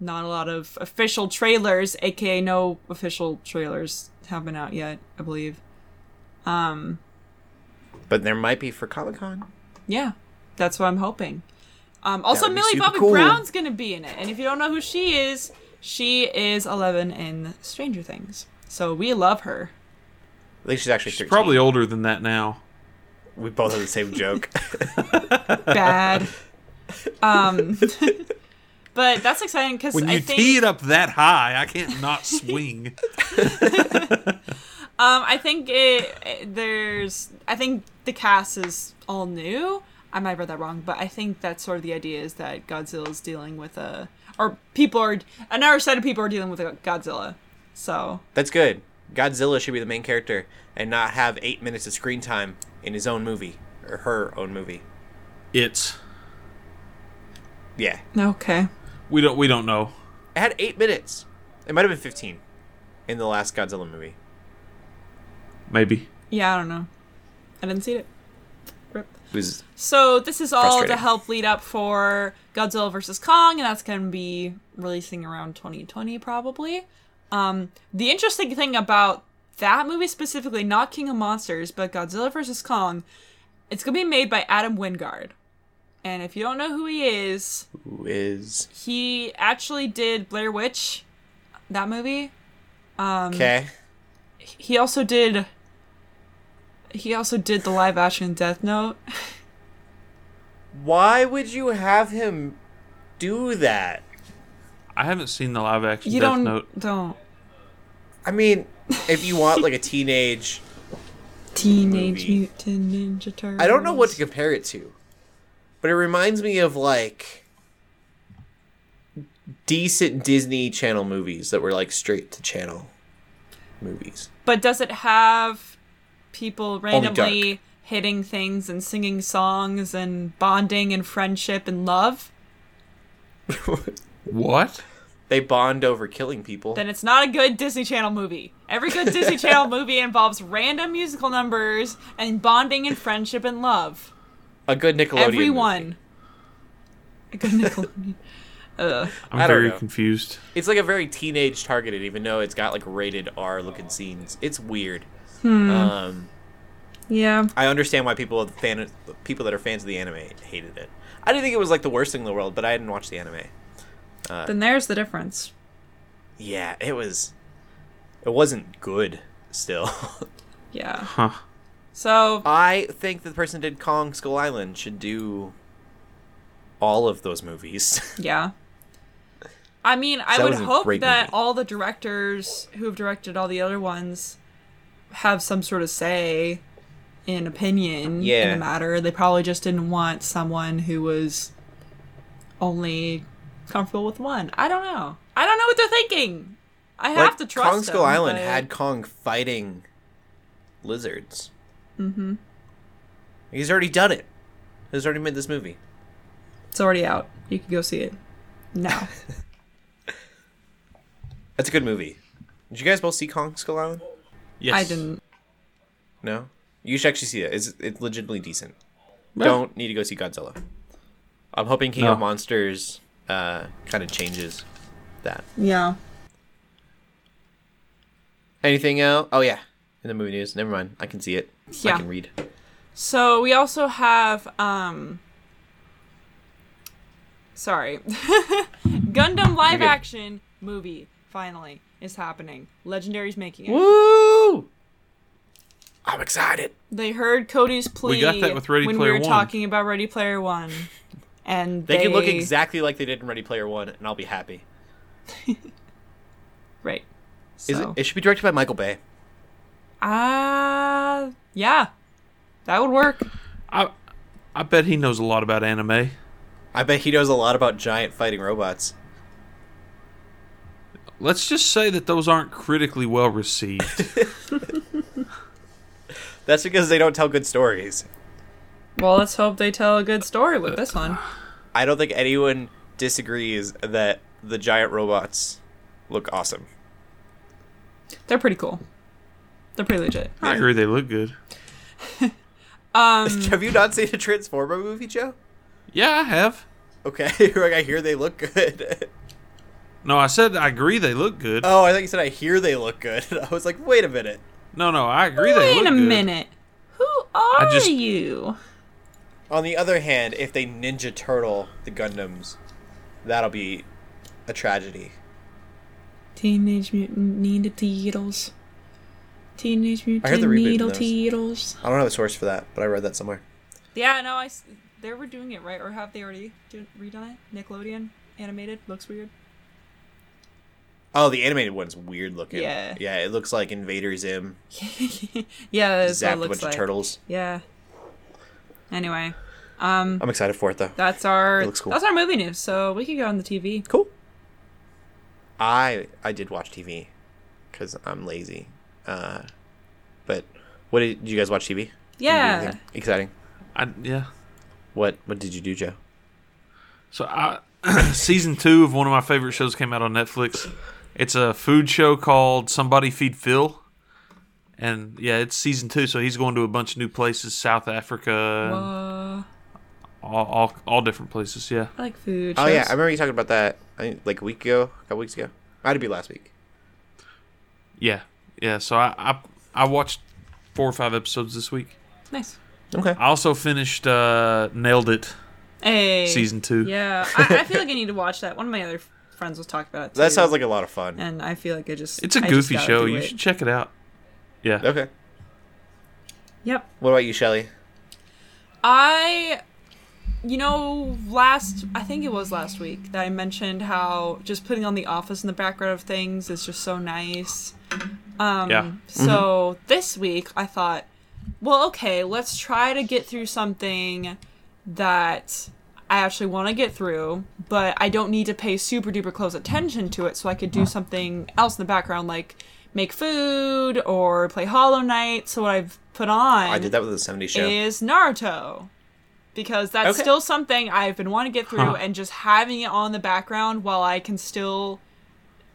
Not a lot of official trailers, aka no official trailers, have been out yet. I believe. Um, But there might be for Comic Con. yeah, that's what I'm hoping. Um, would also, be Millie super Bobby cool. Brown's gonna be in it, and if you don't know who she is, she is 11 in Stranger Things. So we love her. I think she's actually She's 13. probably older than that now. We both have the same joke. Bad. um, but that's exciting because When I you think tee it up that high, I can't not swing. Um, I think it, it- there's. I think the cast is all new. I might have read that wrong, but I think that's sort of the idea is that Godzilla is dealing with a, or people are another set of people are dealing with a Godzilla. So That's good. Godzilla should be the main character and not have eight minutes of screen time in his own movie or her own movie. it's Yeah, okay, we don't we don't know. it had eight minutes. It might have been fifteen in the last Godzilla movie. Maybe. yeah, I don't know. I didn't see it. Rip. It was So this is all to Frustrating. help lead up for Godzilla vs Kong, and that's going to be releasing around 2020 probably. Um, the interesting thing about that movie specifically, not King of Monsters, but Godzilla vs Kong, it's going to be made by Adam Wingard. And if you don't know who he is, who is he actually did Blair Witch, that movie. Um, okay. He also did. He also did the live action Death Note. Why would you have him do that? I haven't seen the live action You Death don't Note. don't I mean, if you want like a teenage, Teenage movie. Mutant Ninja Turtles. I don't know what to compare it to, but it reminds me of like decent Disney Channel movies that were like straight to channel movies. But does it have people dark. randomly hitting things and singing songs and bonding and friendship and love? What? They bond over killing people. Then it's not a good Disney Channel movie. Every good Disney Channel movie involves random musical numbers and bonding and friendship and love. a good Nickelodeon. movie. Everyone. A good Nickelodeon. Ugh. I'm I don't very know. confused. It's like a very teenage targeted, even though it's got like rated R looking scenes. It's weird. Hmm. Um, Yeah. I understand why people fan people that are fans of the anime hated it. I didn't think it was like the worst thing in the world, but I didn't watch the anime. Uh. Then there's the difference. Yeah, it was. It wasn't good. Still, Yeah. Huh. So I think the person that did Kong Skull Island should do all of those movies. Yeah. I mean, I That would was a hope great that movie. all the directors who have directed all the other ones have some sort of say in opinion in Yeah. the matter. They probably just didn't want someone who was only comfortable with one. I don't know. I don't know what they're thinking. I have like to trust Kong Skull them, Island but- had Kong fighting lizards. Mm-hmm. He's already done it. He's already made this movie. It's already out. You can go see it. No. That's a good movie. Did you guys both see Kong Skull Island? Yes. I didn't. No. You should actually see it. It's it's legitimately decent. Yeah. Don't need to go see Godzilla. I'm hoping King No. of Monsters uh, kind of changes that. Yeah. Anything else? Oh yeah, in the movie news. Never mind. I can see it. Yeah. I can read. So we also have um sorry. Gundam live good. action movie finally is happening. Legendary's making it. Woo! I'm excited. They heard Cody's plea got that with Ready when Player we were One. talking about Ready Player 1 and They, they, can look exactly like they did in Ready Player One, and I'll be happy. right. So Is it, it should be directed by Michael Bay. ah yeah. That would work. I I bet he knows a lot about anime. I bet he knows a lot about giant fighting robots. Let's just say that those aren't critically well received. That's because they don't tell good stories. Well, let's hope they tell a good story with this one. I don't think anyone disagrees that the giant robots look awesome. They're pretty cool. They're pretty legit. I agree. They look good. Um, Have you not seen a Transformer movie, Joe? Yeah, I have. Okay, like I hear they look good. No, I said I agree. They look good. Uh, Oh, I think you said I hear they look good. I was like, wait a minute. no, no, I agree. they wait look a good. minute. Who are just- you? On the other hand, if they Ninja Turtle the Gundams, that'll be a tragedy. Teenage Mutant Ninja Turtles. Teenage I heard Mutant they're rebooting Ninja those. Turtles. I don't have a source for that, but I read that somewhere. Yeah, no, I. s- They were doing it right, or have they already do, redone it? Nickelodeon animated looks weird. Oh, the animated one's weird looking. Yeah. Yeah, it looks like Invader Zim yeah, that's zapped what it a bunch looks like. of turtles. Yeah. Anyway, I'm excited for it though. that's our It looks cool. that's our movie news. So we could go on the TV. Cool. I I did watch TV because I'm lazy. Uh, but what did, did you guys watch TV? Yeah. Anything Exciting. I, yeah. What what did you do, Joe? So I, season two of one of my favorite shows came out on Netflix. It's a food show called Somebody Feed Phil, and yeah, it's season two. So he's going to a bunch of new places, South Africa, Uh, and all, all all different places. Yeah, I like food. Oh yeah, shows. I remember you talking about that I think, like a week ago, a couple weeks ago. Might be last week. yeah, yeah. So I I, I watched four or five episodes this week. nice. Okay. I also finished uh, Nailed It Hey. season two. Yeah, I, I feel like I need to watch that. One of my other f- friends was talking about it. Too, That sounds like a lot of fun. And I feel like I just. It's a I just goofy gotta show. do You it. should check it out. Yeah. Okay. Yep. What about you, Shelly? I, you know, last I think it was last week that I mentioned how just putting on the office in the background of things is just so nice. Um, Yeah. So this week I thought, well, okay, let's try to get through something that I actually want to get through, but I don't need to pay super duper close attention to it, so I could do something else in the background, like make food or play Hollow Knight. So what I've put on I did that with the 70s show. is Naruto. Because that's Okay. still something I've been wanting to get through, Huh. and just having it on the background while I can still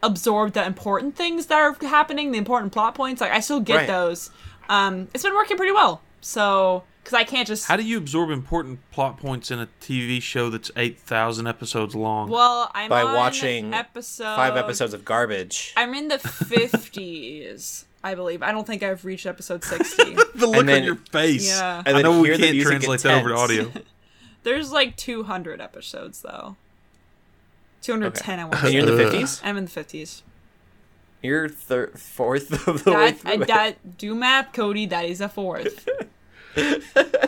absorb the important things that are happening, the important plot points. Like I still get Right. those. Um, it's been working pretty well. So, because I can't just How do you absorb important plot points in a TV show that's eight thousand episodes long? well, I'm By on watching episode Five episodes of garbage. I'm in the fifties, I believe. I don't think I've reached episode sixty. the look And then- on your face. Yeah. And I then know we hear the can't music translate intense. that over to audio. There's like two hundred episodes though. Two hundred ten. I And want. you're in the Ugh. 50s? I'm in the fifties. You're thir- fourth of the way That, through. I, it. that do math, Cody. That is a fourth.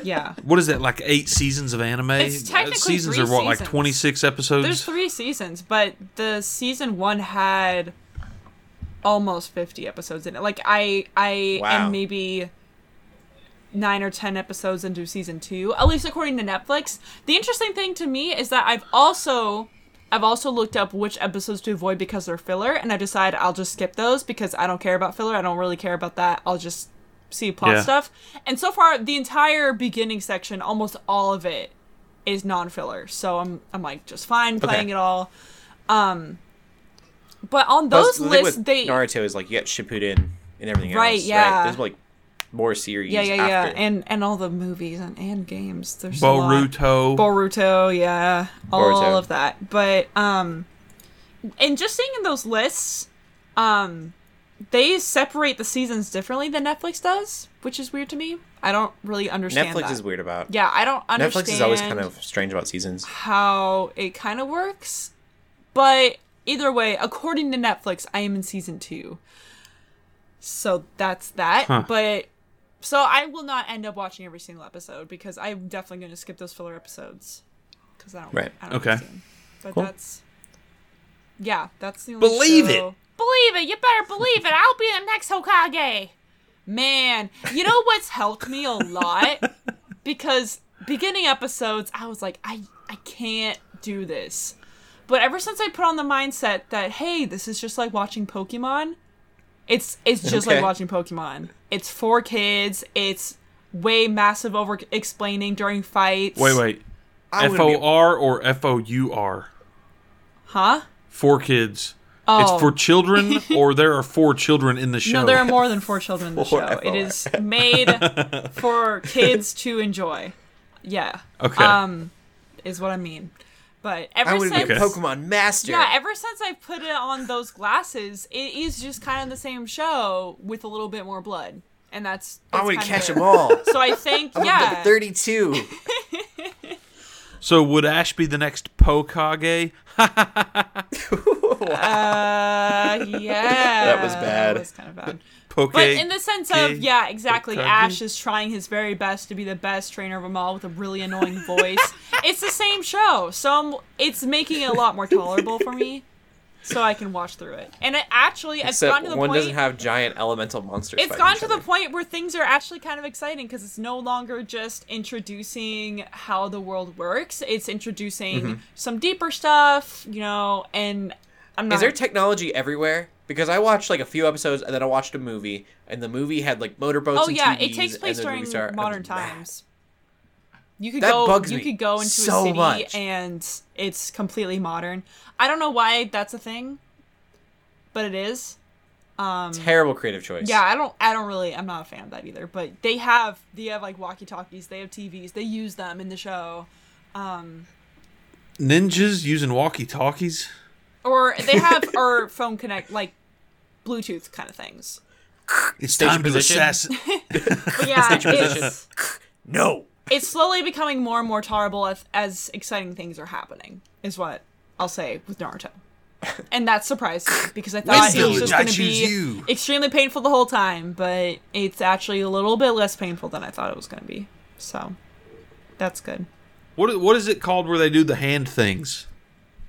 yeah, What is that like? Eight seasons of anime. Uh, It's technically seasons three are what, like seasons. twenty six episodes. there's three seasons, but the season one had almost 50 episodes in it. Like I, I Wow. am maybe nine or ten episodes into season two, at least according to Netflix. The interesting thing to me is that I've also. I've also looked up which episodes to avoid because they're filler, and I decide I'll just skip those because I don't care about filler. I don't really care about that. I'll just see plot Yeah. stuff. And so far, the entire beginning section, almost all of it, is non-filler. So I'm I'm like just fine playing it all. Um, but on Plus, those the thing lists, with they Naruto is like you got Shippuden and everything Right, else. yeah. There's like more series. yeah yeah yeah, after. and and all the movies and and games. There's A lot. Boruto. Boruto, yeah, all Boruto. of that. But um, and just seeing in those lists, um, they separate the seasons differently than Netflix does, which is weird to me. I don't really understand. Netflix that. is weird about. Yeah, I don't understand. Netflix is always kind of strange about seasons. how it kind of works. But either way, according to Netflix, I am in season two. So that's that. Huh. But so I will not end up watching every single episode because I'm definitely going to skip those filler episodes because I don't. Right. I don't Okay. understand. But Cool. that's yeah, that's the only Believe show- it. Believe it. You better believe it. I'll be the next Hokage. Man, you know what's helped me a lot because beginning episodes I was like I I can't do this. But ever since I put on the mindset that hey, this is just like watching Pokemon, it's it's just Okay. like watching Pokemon. It's for kids. It's way massive over explaining during fights. Wait, wait. I F wouldn't O be- R or F O U R. Huh? for kids. Oh. It's for children, or there are four children in the show. No, there are more than four children in the Four show. It FOR. is made for kids to enjoy. Yeah. Okay. Um, is what I mean. But I ever would since, be a Pokemon master. yeah, ever since I put it on those glasses, it is just kind of the same show with a little bit more blood, and that's. I that's would kinda- Oh, catch them all. So I think yeah. yeah, 32. so would Ash be the next Pokage? uh, yeah, That was bad. That was kind of bad. Poke. But in the sense of, Gay. yeah, exactly. Okay. Ash is trying his very best to be the best trainer of them all with a really annoying voice. it's the same show, so I'm- it's making it a lot more tolerable for me, so I can watch through it. And it actually, it's Except gone to the one point. doesn't have giant elemental monsters. it's fighting gone each to the other. point where things are actually kind of exciting because it's no longer just introducing how the world works. It's introducing Mm-hmm. some deeper stuff, you know. And I'm not. Is there technology everywhere? Because I watched like a few episodes and then I watched a movie, and the movie had like motorboats. Oh and yeah, TVs, it takes and place the during movie star- I was modern mad. times. You could That go. bugs you me could go into so a city much. and it's completely modern. I don't know why that's a thing, but it is. Terrible creative choice. Yeah, I don't. I don't really. I'm not a fan of that either. But they have. They have like walkie talkies. They have TVs. They use them in the show. Ninjas using walkie talkies. Or they have or phone connect like Bluetooth kind of things. It's Station time to position. assassin. But yeah, it's, No. it's slowly becoming more and more tolerable as, as exciting things are happening. Is what I'll say with Naruto. And that's surprising because I thought it was Village, just I going to choose be you. extremely painful the whole time, but it's actually a little bit less painful than I thought it was going to be. So that's good. What what is it called where they do the hand things?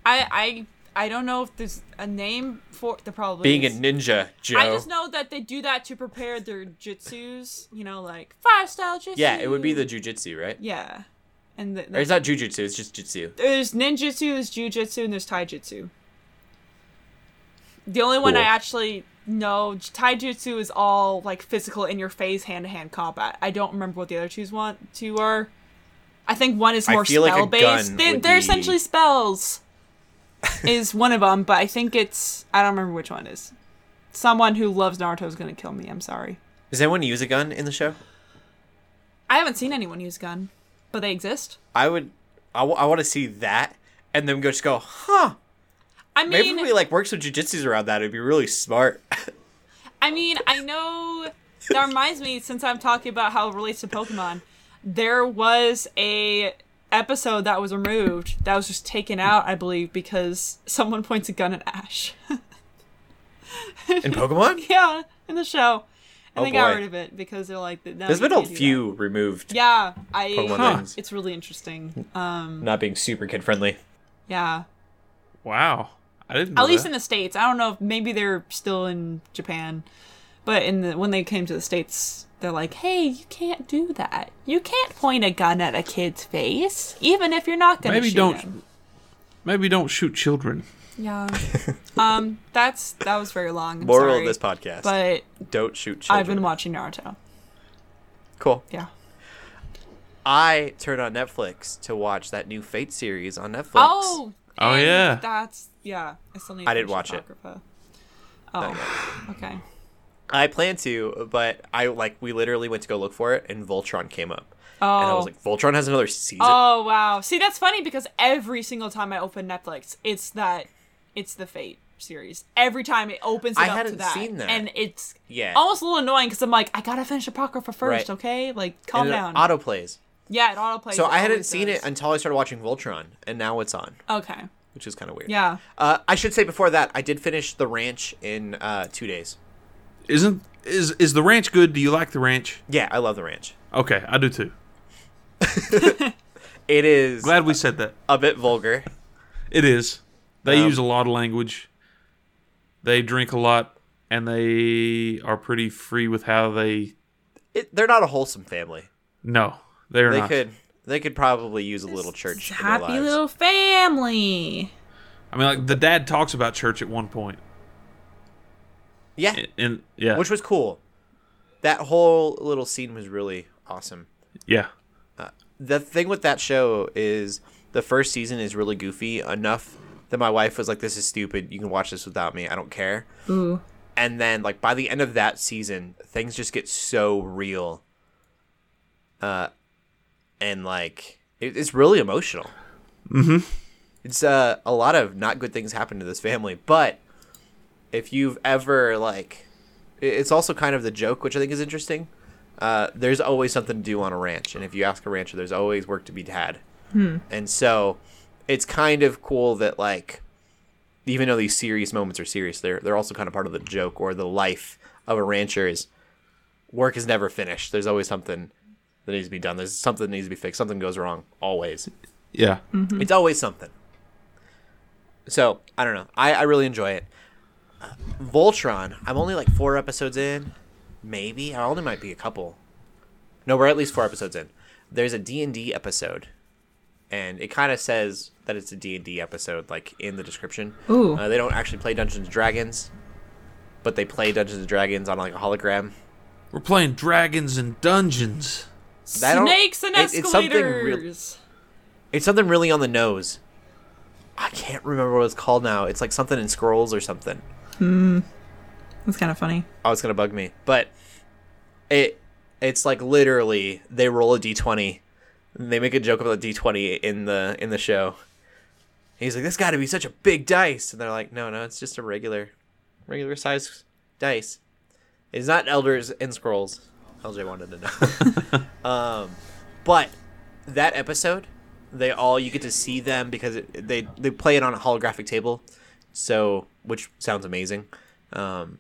I I I don't know if there's a name for the problem. Being a ninja, Joe. I just know that they do that to prepare their jutsus. You know, like fire style jutsu. yeah, it would be the jujitsu, right? yeah, and the, Or it's not jujitsu, it's just jutsu. there's ninjutsu, there's jujutsu, and there's taijutsu. The only one I Cool. actually know taijutsu is all like physical in your face, hand to hand combat. I don't remember what the other two's want two are. I think one is I more feel like a spell based. gun They, would they're be- essentially spells. is one of them, but I think it's I don't remember which one it is. Someone who loves Naruto is gonna kill me. I'm sorry. Does anyone use a gun in the show? I haven't seen anyone use gun, but they exist. I would. I, w- I want to see that, and then go just go, huh? I mean, Maybe if we like work some jujitsus around that. It'd be really smart. I mean, I know that reminds me since I'm talking about how it relates to Pokemon, there was a episode that was removed that was just taken out, I believe, because someone points a gun at Ash. in Pokemon, yeah, in the show. And Oh, they got boy. rid of it because they're like, no, there's you been a can't do that." few removed. Yeah, I. Pokemon names. Hmm. It's really interesting. Uh, Not being super kid friendly. Yeah, Wow, I didn't. Know at least that. in the states. I don't know if maybe they're still in Japan, but in the when they came to the states, they're like, "Hey, you can't do that. You can't point a gun at a kid's face, even if you're not gonna maybe shoot don't him." maybe don't shoot children. Yeah. um, that's that was very long. I'm Moral sorry. of this podcast: But Don't shoot children. I've been watching Naruto. cool. Yeah. I turned on Netflix to watch that new Fate series on Netflix. Oh. Oh, and yeah. That's yeah. I still need. I to didn't finish watch it. Apocrypha. Oh. Okay. I plan to, but I like we literally went to go look for it, and Voltron came up, and I Oh. was like, Voltron has another season. Oh wow! See, that's funny because every single time I open Netflix, it's that, it's the Fate series. Every time it opens, it I up to hadn't that, seen that. and it's Yeah. almost a little annoying because I'm like, I gotta finish Apocrypha first, Right. okay? Like, calm and then down. it autoplays. yeah, it autoplays. So it I always hadn't seen does. it until I started watching Voltron, and now it's on, okay. which is kind of weird. Yeah. Uh, I should say before that, I did finish The Ranch in uh, two days. Isn't is is the ranch good? Do you like the ranch? Yeah, I love The Ranch. Okay, I do too. It is Glad we said that. a bit vulgar. It is. They Um, use a lot of language. They drink a lot, and they are pretty free with how they. It, they're not a wholesome family. No, they are They not. could they could probably use a little church in their Happy lives. little family. I mean, like the dad talks about church at one point, yeah, and, and yeah, which was cool. That whole little scene was really awesome. yeah, the thing with that show is the first season is really goofy enough Then my wife was like, "This is stupid. You can watch this without me. I don't care." Ooh. and then like by the end of that season things just get so real uh and like it, it's really emotional mm-hmm it's uh a lot of not good things happen to this family but if you've ever like i- it's also kind of the joke which i think is interesting uh there's always something to do on a ranch and if you ask a rancher there's always work to be had and so it's kind of cool that like even though these serious moments are serious, they're they're also kind of part of the joke or the life of a rancher is work is never finished. There's always something that needs to be done. There's something that needs to be fixed. Something goes wrong. Always. Yeah. It's always something. So I don't know. I, I really enjoy it. Uh, Voltron. I'm only like four episodes in, maybe. I only might be a couple. No, we're at least four episodes in. There's a D and D episode, and it kind of says that it's a D and D episode, like in the description. Ooh. Uh, they don't actually play Dungeons and Dragons, but they play Dungeons and Dragons on like a hologram. We're playing Dragons and Dungeons. I don't- Snakes and it- it's something real- escalators. It's something really on the nose. I can't remember what it's called now. It's like something in scrolls or something. That's kind of funny. oh, it's gonna bug me. But it it's like literally they roll a d twenty. They make a joke about the d twenty in the in the show. He's like, "That's got to be such a big dice," and they're like, "No, no, it's just a regular, regular size dice. It's not Elders and Scrolls." LJ wanted to know. um, but that episode, they all you get to see them because it, they they play it on a holographic table, so which sounds amazing. Um,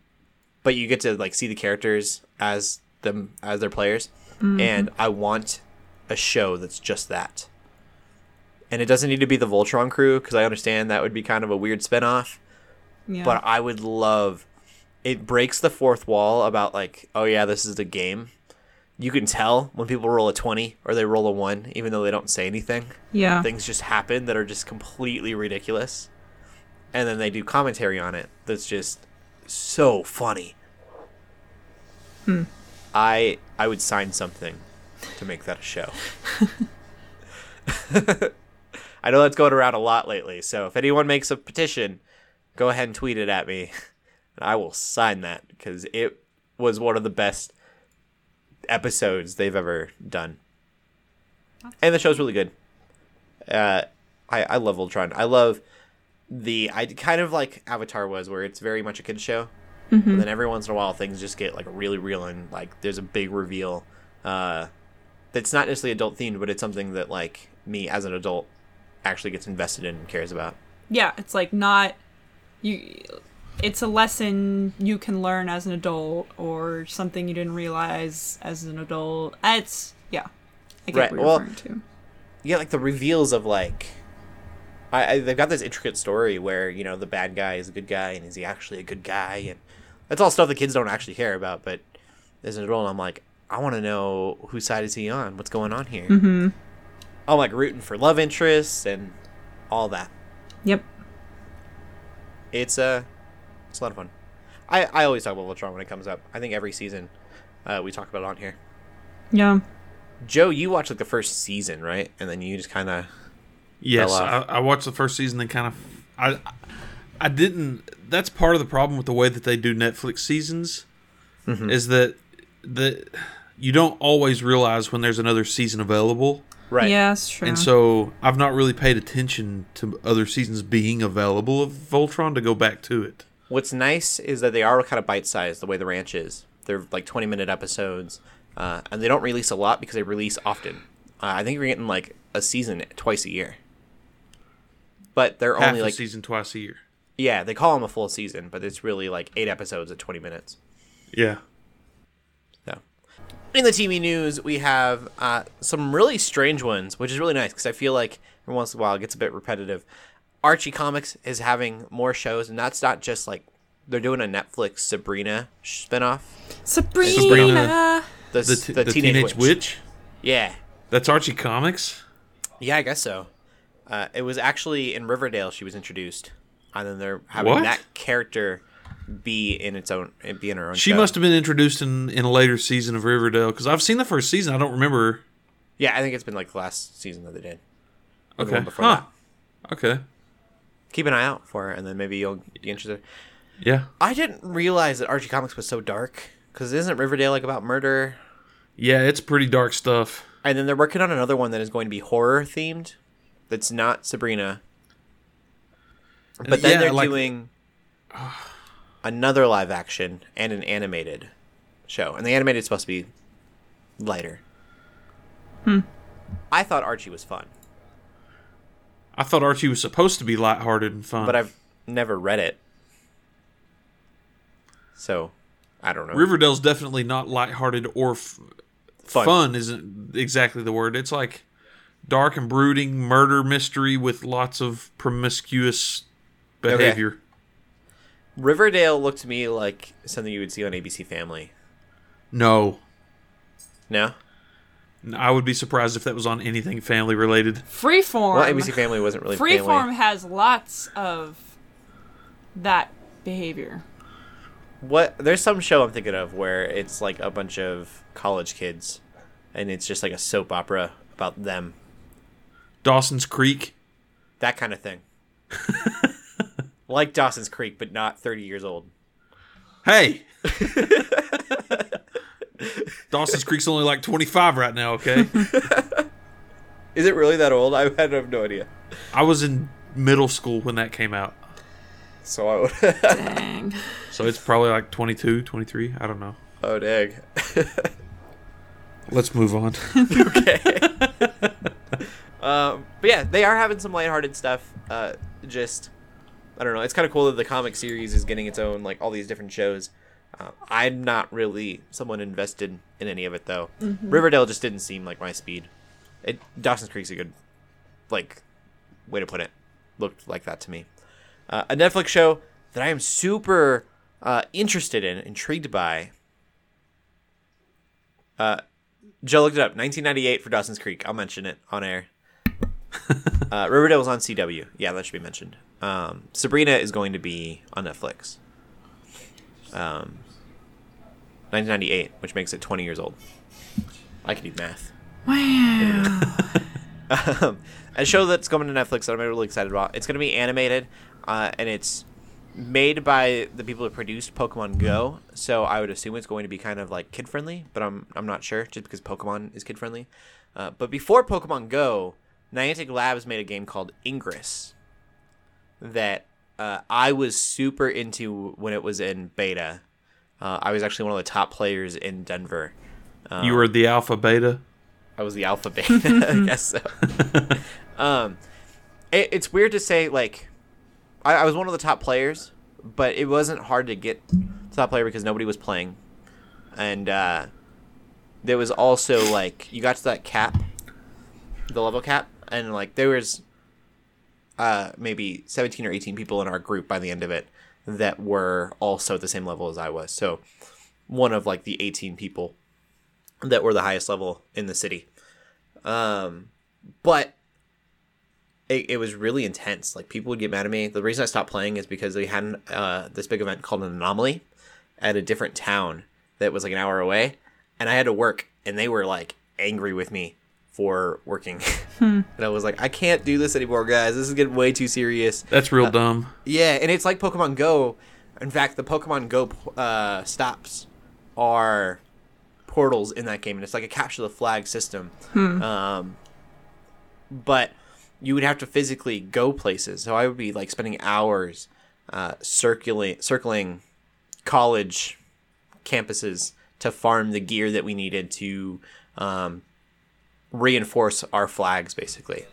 but you get to like see the characters as them as their players and i want a show that's just that and it doesn't need to be the voltron crew because i understand that would be kind of a weird spin-off Yeah. but i would love it breaks the fourth wall about like oh yeah this is a game you can tell when people roll a 20 or they roll a 1 even though they don't say anything yeah. things just happen that are just completely ridiculous. And then they do commentary on it that's just so funny. I I would sign something to make that a show. I know that's going around a lot lately, so if anyone makes a petition, go ahead and tweet it at me. And I will sign that because it was one of the best episodes they've ever done. And the show's really good uh, I, I love Voltron. I love the I kind of like Avatar was, where it's very much a kid show, and then every once in a while things just get like really real and like there's a big reveal. Uh, that's not necessarily adult themed, but it's something that like me as an adult actually gets invested in and cares about. yeah. It's like not you. It's a lesson you can learn as an adult, or something you didn't realize as an adult. It's yeah. I get Right, what you're well- referring to. yeah, like the reveals of like, I, I they've got this intricate story where you know the bad guy is a good guy and is he actually a good guy and that's all stuff the kids don't actually care about. But as an adult, I'm like, I want to know whose side is he on? What's going on here? Mm-hmm. I'm like rooting for love interests and all that. Yep. It's uh, it's a lot of fun. I I always talk about Voltron when it comes up. I think every season, uh, we talk about it on here. Yeah. Joe, you watched like the first season, right? And then you just kind of Yes, Fell I, off. I watched the first season and kind of I I didn't. That's part of the problem with the way that they do Netflix seasons Mm-hmm. is that the you don't always realize when there's another season available, right. Yeah. It's true. and so I've not really paid attention to other seasons being available of Voltron to go back to it. What's nice is that they are kind of bite sized the way the ranch is. They're like 20 minute episodes, uh, and they don't release a lot because they release often. Uh, I think we're getting like a season twice a year. But they're Half only a like, season twice a year. yeah, they call them a full season, but it's really like eight episodes at 20 minutes. Yeah. So, in the TV news, we have uh, some really strange ones, which is really nice because I feel like every once in a while it gets a bit repetitive. Archie Comics is having more shows, and that's not just like they're doing a Netflix Sabrina spinoff. Sabrina. Sabrina. the, The, the, t- teenage, witch. witch. Yeah, That's Archie Comics. yeah, I guess so. Uh, it was actually in Riverdale she was introduced, and then they're having What? that character be in its own be in her own. She show. must have been introduced in, in a later season of Riverdale because I've seen the first season. I don't remember. Yeah, I think it's been like the last season that they did. Okay. one before huh. Okay. keep an eye out for her, and then maybe you'll be interested. Yeah. I didn't realize that Archie Comics was so dark because isn't Riverdale like about murder? Yeah, it's pretty dark stuff. And then they're working on another one that is going to be horror themed. That's not Sabrina. But then Yeah, they're like- doing another live action and an animated show, and the animated is supposed to be lighter. I thought Archie was fun, I thought Archie was supposed to be lighthearted and fun. but I've never read it, so I don't know. Riverdale's definitely not lighthearted or f- fun. Isn't exactly the word. It's like dark and brooding murder mystery with lots of promiscuous behavior. Riverdale looked to me like something you would see on ABC Family. No, No, I would be surprised if that was on anything family related. Freeform. well, ABC Family wasn't really Freeform family. has lots of that behavior. What? There's some show I'm thinking of where it's like a bunch of college kids, and it's just like a soap opera about them, Dawson's Creek. that kind of thing. like Dawson's Creek, but not 30 years old. Hey. Dawson's Creek's only like 25 right now, okay? Is it really that old? I had have no idea. I was in middle school when that came out. So I would. Dang. So it's probably like 22, 23, I don't know. oh dang. Let's move on. Um, but yeah, they are having some lighthearted stuff. Uh, just, I don't know. It's kind of cool that the comic series is getting its own, like all these different shows. Uh, I'm not really someone invested in any of it though. Riverdale just didn't seem like my speed. It Dawson's Creek's a good, like, way to put it. Looked like that to me. Uh, a Netflix show that I am super uh, interested in, intrigued by. Uh, Joe looked it up. 1998 for Dawson's Creek. I'll mention it on air. Uh, Riverdale was on CW. Yeah, that should be mentioned. Um, Sabrina is going to be on Netflix. Um, 1998, which makes it 20 years old. I can do math. Wow. Um, a show that's coming to Netflix that I'm really excited about. It's going to be animated, uh, and it's made by the people who produced Pokemon Go. So I would assume it's going to be kind of like kid friendly, but I'm I'm not sure just because Pokemon is kid friendly. Uh, but before Pokemon Go, Niantic Labs made a game called Ingress that uh, I was super into when it was in beta. Uh, I was actually one of the top players in Denver. you were the alpha beta. I was the alpha beta, I guess so. um, it, it's weird to say like, I, I was one of the top players, but it wasn't hard to get to top player because nobody was playing, and uh, there was also like you got to that cap, the level cap, and like there was uh, maybe 17 or 18 people in our group by the end of it that were also at the same level as I was. So one of like the 18 people that were the highest level in the city. Um, but it, it was really intense. Like people would get mad at me. The reason I stopped playing is because they had uh, this big event called an anomaly at a different town that was like an hour away, and I had to work, and they were like angry with me for working. and I was like, I can't do this anymore, guys. This is getting way too serious. That's real dumb. Yeah, and it's like Pokemon Go. In fact, the Pokemon Go uh, stops are portals in that game, and it's like a capture the flag system. Um, but you would have to physically go places, so I would be like spending hours uh, circling circling college campuses to farm the gear that we needed to um, reinforce our flags, basically.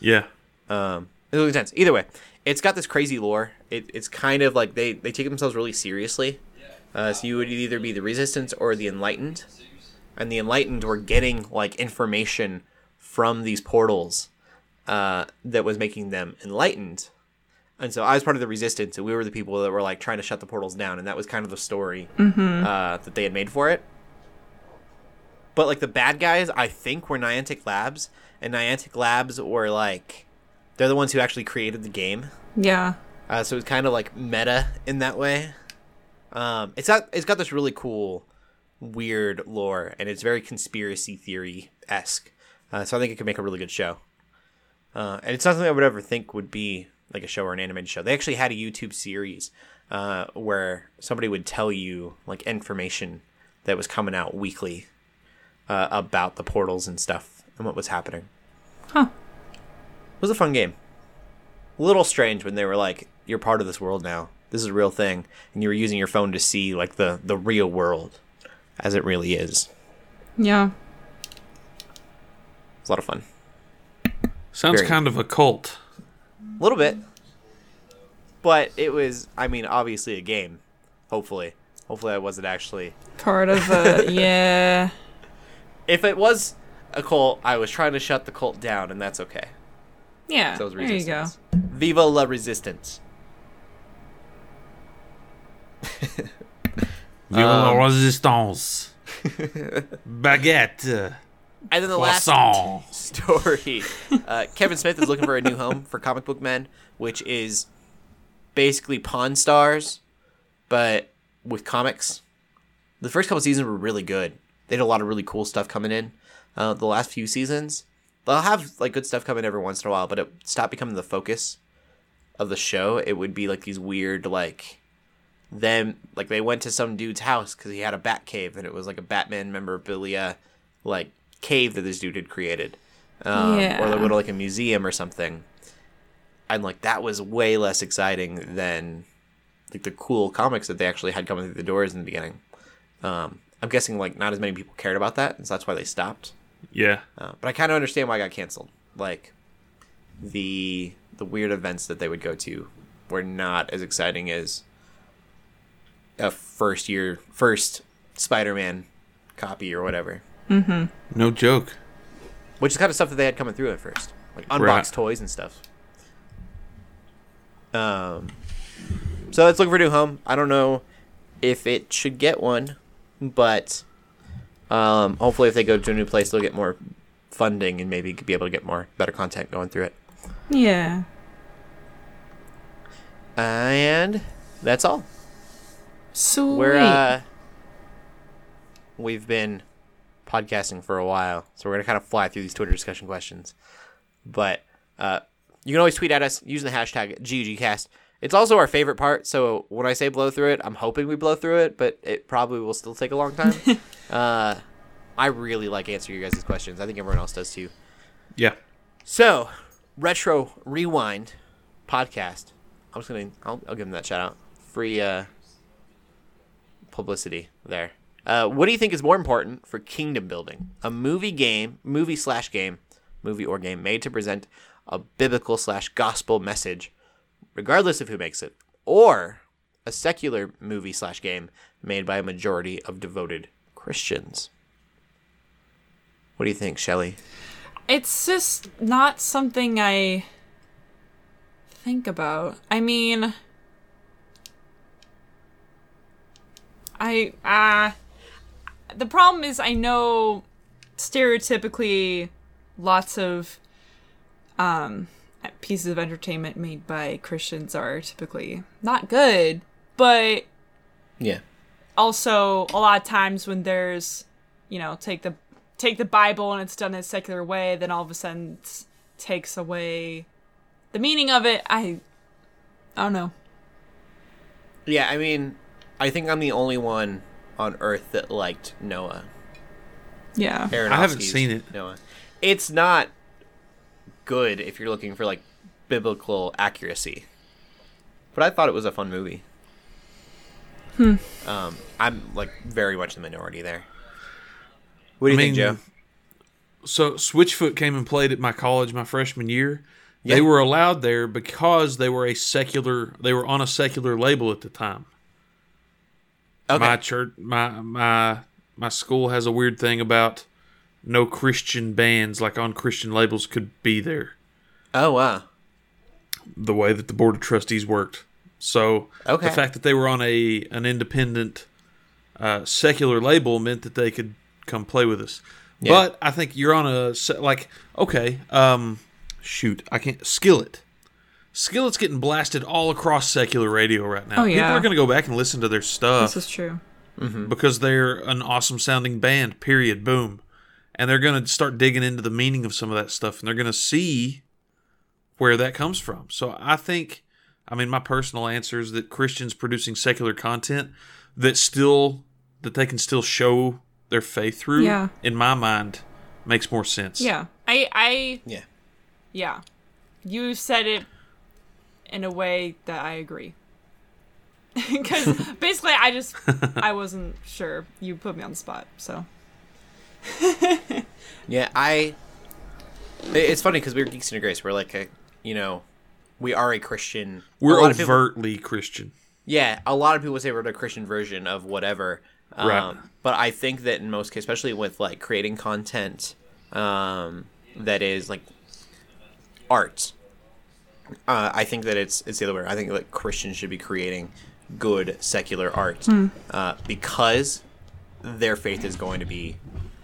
Yeah. Um, it was intense. Either way, it's got this crazy lore. It, it's kind of like they, they take themselves really seriously. Uh, so you would either be the resistance or the enlightened, and the enlightened were getting like information from these portals uh, that was making them enlightened. And so I was part of the resistance, and we were the people that were like trying to shut the portals down, and that was kind of the story uh, that they had made for it. But like the bad guys, I think were Niantic Labs, and Niantic Labs were like they're the ones who actually created the game. Yeah. Uh, so it's kind of like meta in that way. Um, it's got it's got this really cool, weird lore, and it's very conspiracy theory esque. Uh, so I think it could make a really good show. Uh, and it's not something I would ever think would be like a show or an animated show. They actually had a YouTube series uh, where somebody would tell you like information that was coming out weekly uh, about the portals and stuff and what was happening. Huh. It was a fun game. A little strange when they were like, "You're part of this world now. This is a real thing," and you were using your phone to see like the the real world as it really is. Yeah. It's a lot of fun. Sounds Very- kind of occult. A little bit. But it was, I mean, obviously a game. Hopefully. Hopefully I wasn't actually. Part of uh yeah. If it was a cult, I was trying to shut the cult down, and that's okay. Yeah. So it was there you go. resistance. Viva la resistance. Vive la résistance. Baguette. And then the last Croissant. story uh, Kevin Smith is looking for a new home for comic book men, which is basically Pawn Stars, but with comics. The first couple seasons were really good. They had a lot of really cool stuff coming in. Uh, the last few seasons, they'll have like good stuff coming every once in a while, but it stopped becoming the focus of the show. It would be like these weird like them like they went to some dude's house because he had a bat cave and it was like a Batman memorabilia like cave that this dude had created, um, or Yeah. they would like a museum or something. And like that was way less exciting than like the cool comics that they actually had coming through the doors in the beginning. Um, I'm guessing like not as many people cared about that, and so that's why they stopped. Yeah. Uh, but I kind of understand why it got canceled. Like the the weird events that they would go to were not as exciting as a first year first Spider-Man copy or whatever, No joke. which is kind of stuff that they had coming through at first, like unboxed Right. toys and stuff. Um, so let's look for a new home. I don't know if it should get one, but um, hopefully, if they go to a new place, they'll get more funding and maybe be able to get more better content going through it. Yeah. And that's all. Sweet. We're uh, we've been podcasting for a while, so we're gonna kind of fly through these Twitter discussion questions. But uh, you can always tweet at us using the hashtag GGCast. It's also our favorite part, so when I say blow through it, I'm hoping we blow through it, but it probably will still take a long time. uh, I really like answering you guys' questions. I think everyone else does too. Yeah. So, Retro Rewind podcast. I'm just gonna I'll, I'll give them that shout out. Free uh, publicity there. Uh, what do you think is more important for kingdom building? A movie game, movie slash game, movie or game made to present a biblical slash gospel message, regardless of who makes it, or a secular movie slash game made by a majority of devoted Christians. What do you think, Shelley? it's just not something I think about. I mean, I uh the problem is I know stereotypically lots of um pieces of entertainment made by Christians are typically not good, but Yeah. also a lot of times when there's you know take the take the bible and it's done in a secular way then all of a sudden it takes away the meaning of it i i don't know Yeah, I mean, I think I'm the only one on Earth that liked Noah. yeah Aronofsky's I haven't seen it. Noah. It's not good if you're looking for like biblical accuracy, but I thought it was a fun movie. Hmm. Um, I'm like very much the minority there. What do you I think, Joe? mean, So Switchfoot came and played at my college my freshman year. Yeah. They were allowed there because they were a secular. They were on a secular label at the time. Okay. My church, my my my school has a weird thing about no Christian bands like on Christian labels could be there. uh, oh wow. the way that the board of trustees worked. So Okay. the fact that they were on a an independent uh, secular label meant that they could come play with us. Yeah. But I think you're on a se- like okay, um, shoot, I can't skillet. Skillet's getting blasted all across secular radio right now. Oh, yeah. People are going to go back and listen to their stuff this is true because they're an awesome sounding band. Period. Boom. And they're going to start digging into the meaning of some of that stuff, and they're going to see where that comes from. So I think, I mean, my personal answer is that Christians producing secular content that still that they can still show their faith through, Yeah. in my mind, makes more sense. Yeah. I I Yeah. yeah. You said it in a way that I agree. Cuz basically I just I wasn't sure. You put me on the spot. So, Yeah, I. it- It's funny because we were geeks in a grace. We're like, a, you know, we are a Christian. We're a lot of people- overtly Christian. yeah, a lot of people say we're the Christian version of whatever. Um, Right. But I think that in most cases, especially with like creating content um, that is like art, uh, I think that it's it's the other way. I think that Christians should be creating good secular art uh, because their faith is going to be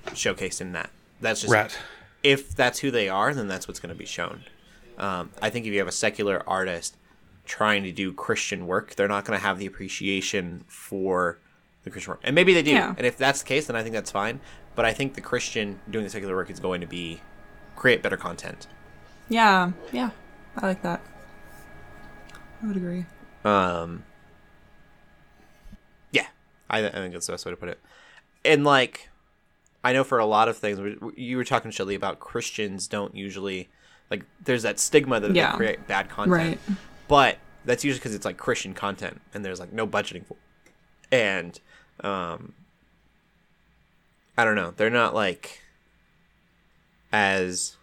showcased in that. That's just Right. if that's who they are, then that's what's going to be shown. Um, I think if you have a secular artist trying to do Christian work, they're not going to have the appreciation for the Christian work. And maybe they do. Yeah. And if that's the case, then I think that's fine. But I think the Christian doing the secular work is going to be create better content. yeah. Yeah. I like that. I would agree. Um, yeah, I, I think that's the best way to put it. And like, I know for a lot of things, we- we- you were talking Shelly about Christians don't usually like. There's that stigma that Yeah. they create bad content, but that's usually because it's like Christian content, and there's like no budgeting for, it. and um, I don't know. They're not like as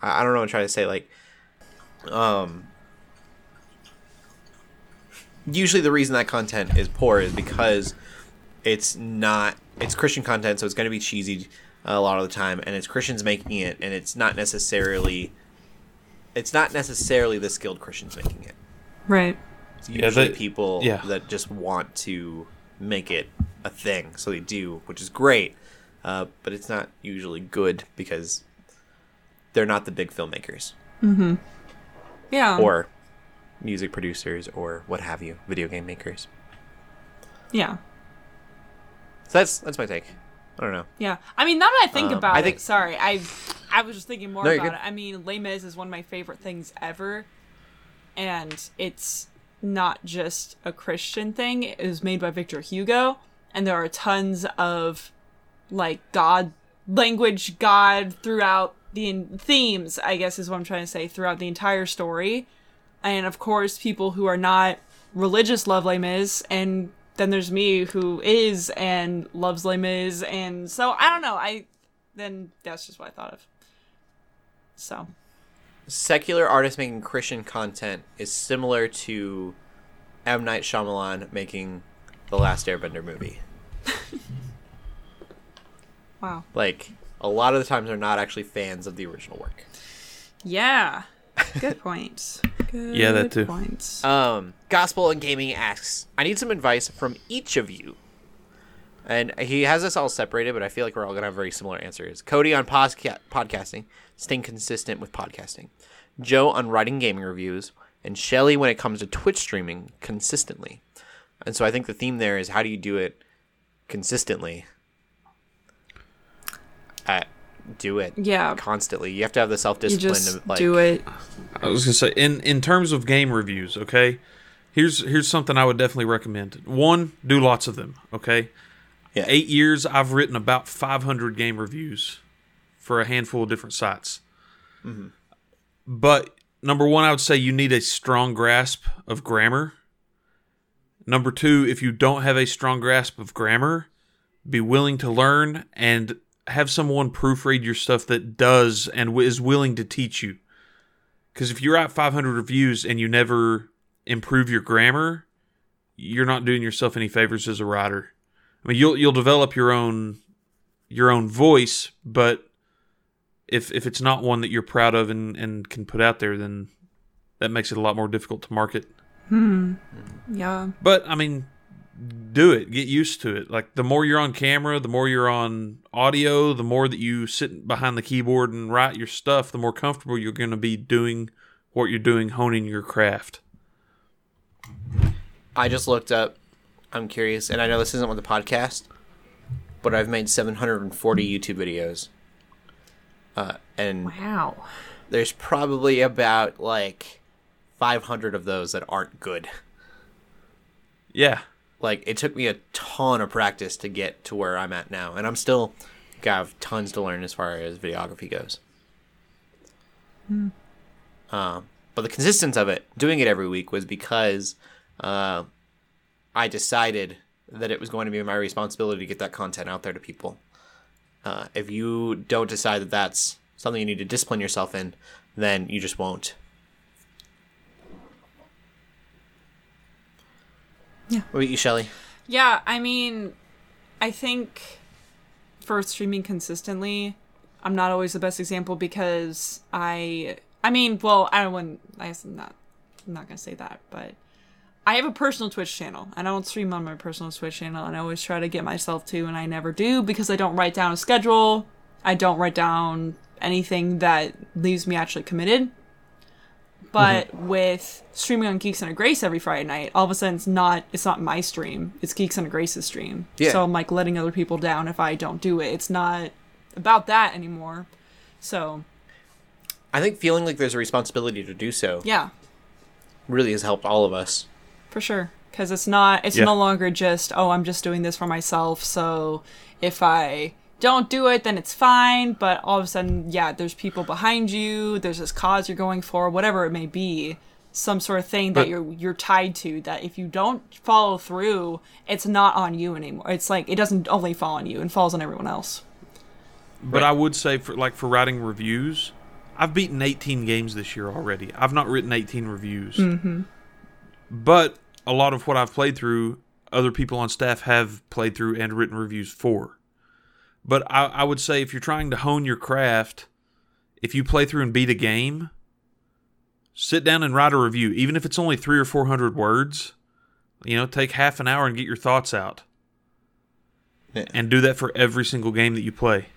I I don't know what I'm trying to say. Like, um, usually the reason that content is poor is because it's not it's Christian content, so it's going to be cheesy a lot of the time, and it's Christians making it, and it's not necessarily it's not necessarily the skilled Christians making it. Right. It's usually they- people yeah. that just want to make it a thing, so they do, which is great, uh, but it's not usually good because they're not the big filmmakers Yeah. or music producers or what have you, video game makers. yeah. So that's that's my take. I don't know. Yeah, I mean, now that I think Um, about I think- it, sorry, I I was just thinking more No, you're about good. it. I mean, Les Mis is one of my favorite things ever, and it's not just a Christian thing. It was made by Victor Hugo, and there are tons of like God language, God throughout the en- themes. I guess is what I'm trying to say throughout the entire story, and of course, people who are not religious love Les Mis, and then there's me who is and loves Les Mis, and so I don't know. I then that's just what I thought of. So Secular artists making Christian content is similar to M Night Shyamalan making the Last Airbender movie. wow, Like a lot of the times, they're not actually fans of the original work. yeah, good point. Good Yeah, that too. Points. Um, Gospel and Gaming asks, I need some advice from each of you. And he has us all separated, but I feel like we're all going to have very similar answers. Cody on posca- podcasting, staying consistent with podcasting. Joe on writing gaming reviews. And Shelly when it comes to Twitch streaming consistently. And so I think the theme there is how do you do it consistently? Uh, do it Yeah. constantly. You have to have the self you discipline to just like do it. I was gonna say in in terms of game reviews, okay. Here's here's something I would definitely recommend. One, do lots of them, okay. Yeah. Eight years, I've written about 500 game reviews for a handful of different sites. But number one, I would say you need a strong grasp of grammar. Number two, if you don't have a strong grasp of grammar, be willing to learn and have someone proofread your stuff that does and w- is willing to teach you. Because if you write 500 reviews and you never improve your grammar, you're not doing yourself any favors as a writer. I mean, you'll you'll develop your own your own voice, but if if it's not one that you're proud of and and can put out there, then that makes it a lot more difficult to market. Yeah, But I mean, do it. Get used to it. Like the more you're on camera, the more you're on audio, the more that you sit behind the keyboard and write your stuff, the more comfortable you're going to be doing what you're doing, honing your craft. I just looked up. I'm curious, and I know this isn't with the podcast, but I've made 740 YouTube videos. uh, and Wow. there's probably about like 500 of those that aren't good. Yeah. Like it took me a ton of practice to get to where I'm at now, and I'm still got tons to learn as far as videography goes. Um, but the consistency of it, doing it every week, was because uh, I decided that it was going to be my responsibility to get that content out there to people. Uh, if you don't decide that that's something you need to discipline yourself in, then you just won't. Yeah. What about you, Shelley? Yeah, I mean, I think for streaming consistently, I'm not always the best example because I, I mean, well, I wouldn't. I guess I'm not. I'm not gonna say that, but I have a personal Twitch channel. and I don't stream on my personal Twitch channel, and I always try to get myself to, and I never do because I don't write down a schedule. I don't write down anything that leaves me actually committed. But with streaming on Geeks Under Grace every Friday night, all of a sudden it's not it's not my stream. It's Geeks Under Grace's stream. Yeah. So I'm like letting other people down if I don't do it. It's not about that anymore. So I think feeling like there's a responsibility to do so yeah, really has helped all of us. for sure. Because it's not it's Yeah. no longer just oh I'm just doing this for myself. So if I don't do it, then it's fine. But all of a sudden, yeah, there's people behind you. There's this cause you're going for, whatever it may be. Some sort of thing But- that you're you're tied to. That if you don't follow through, it's not on you anymore. It's like it doesn't only fall on you; it falls on everyone else. But I would say for like for writing reviews, I've beaten 18 games this year already. I've not written 18 reviews. But a lot of what I've played through, other people on staff have played through and written reviews for. But I, I would say if you're trying to hone your craft, if you play through and beat a game, sit down and write a review, even if it's only three or four hundred words. You know, take half an hour and get your thoughts out, Yeah. and do that for every single game that you play.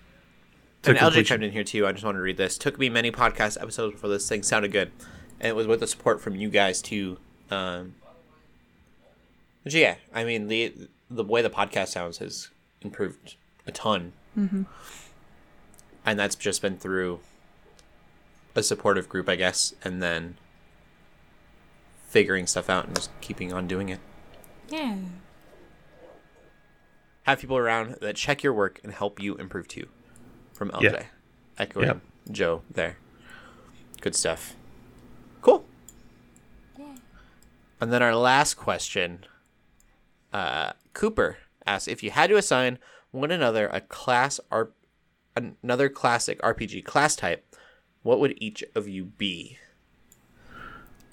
to And LJ completion. chimed in here too. I just wanted to read this. Took me many podcast episodes before this thing sounded good, and it was with the support from you guys too. Um, but yeah, I mean the the way the podcast sounds has improved a ton, mm-hmm. and that's just been through a supportive group, I guess, and then figuring stuff out and just keeping on doing it. Yeah. have people around that check your work and help you improve too. From LJ. Yeah. Echoing Yep. Joe there. Good stuff. Cool. And then our last question. Uh, Cooper asks if you had to assign one another a class R- another classic RPG class type, what would each of you be?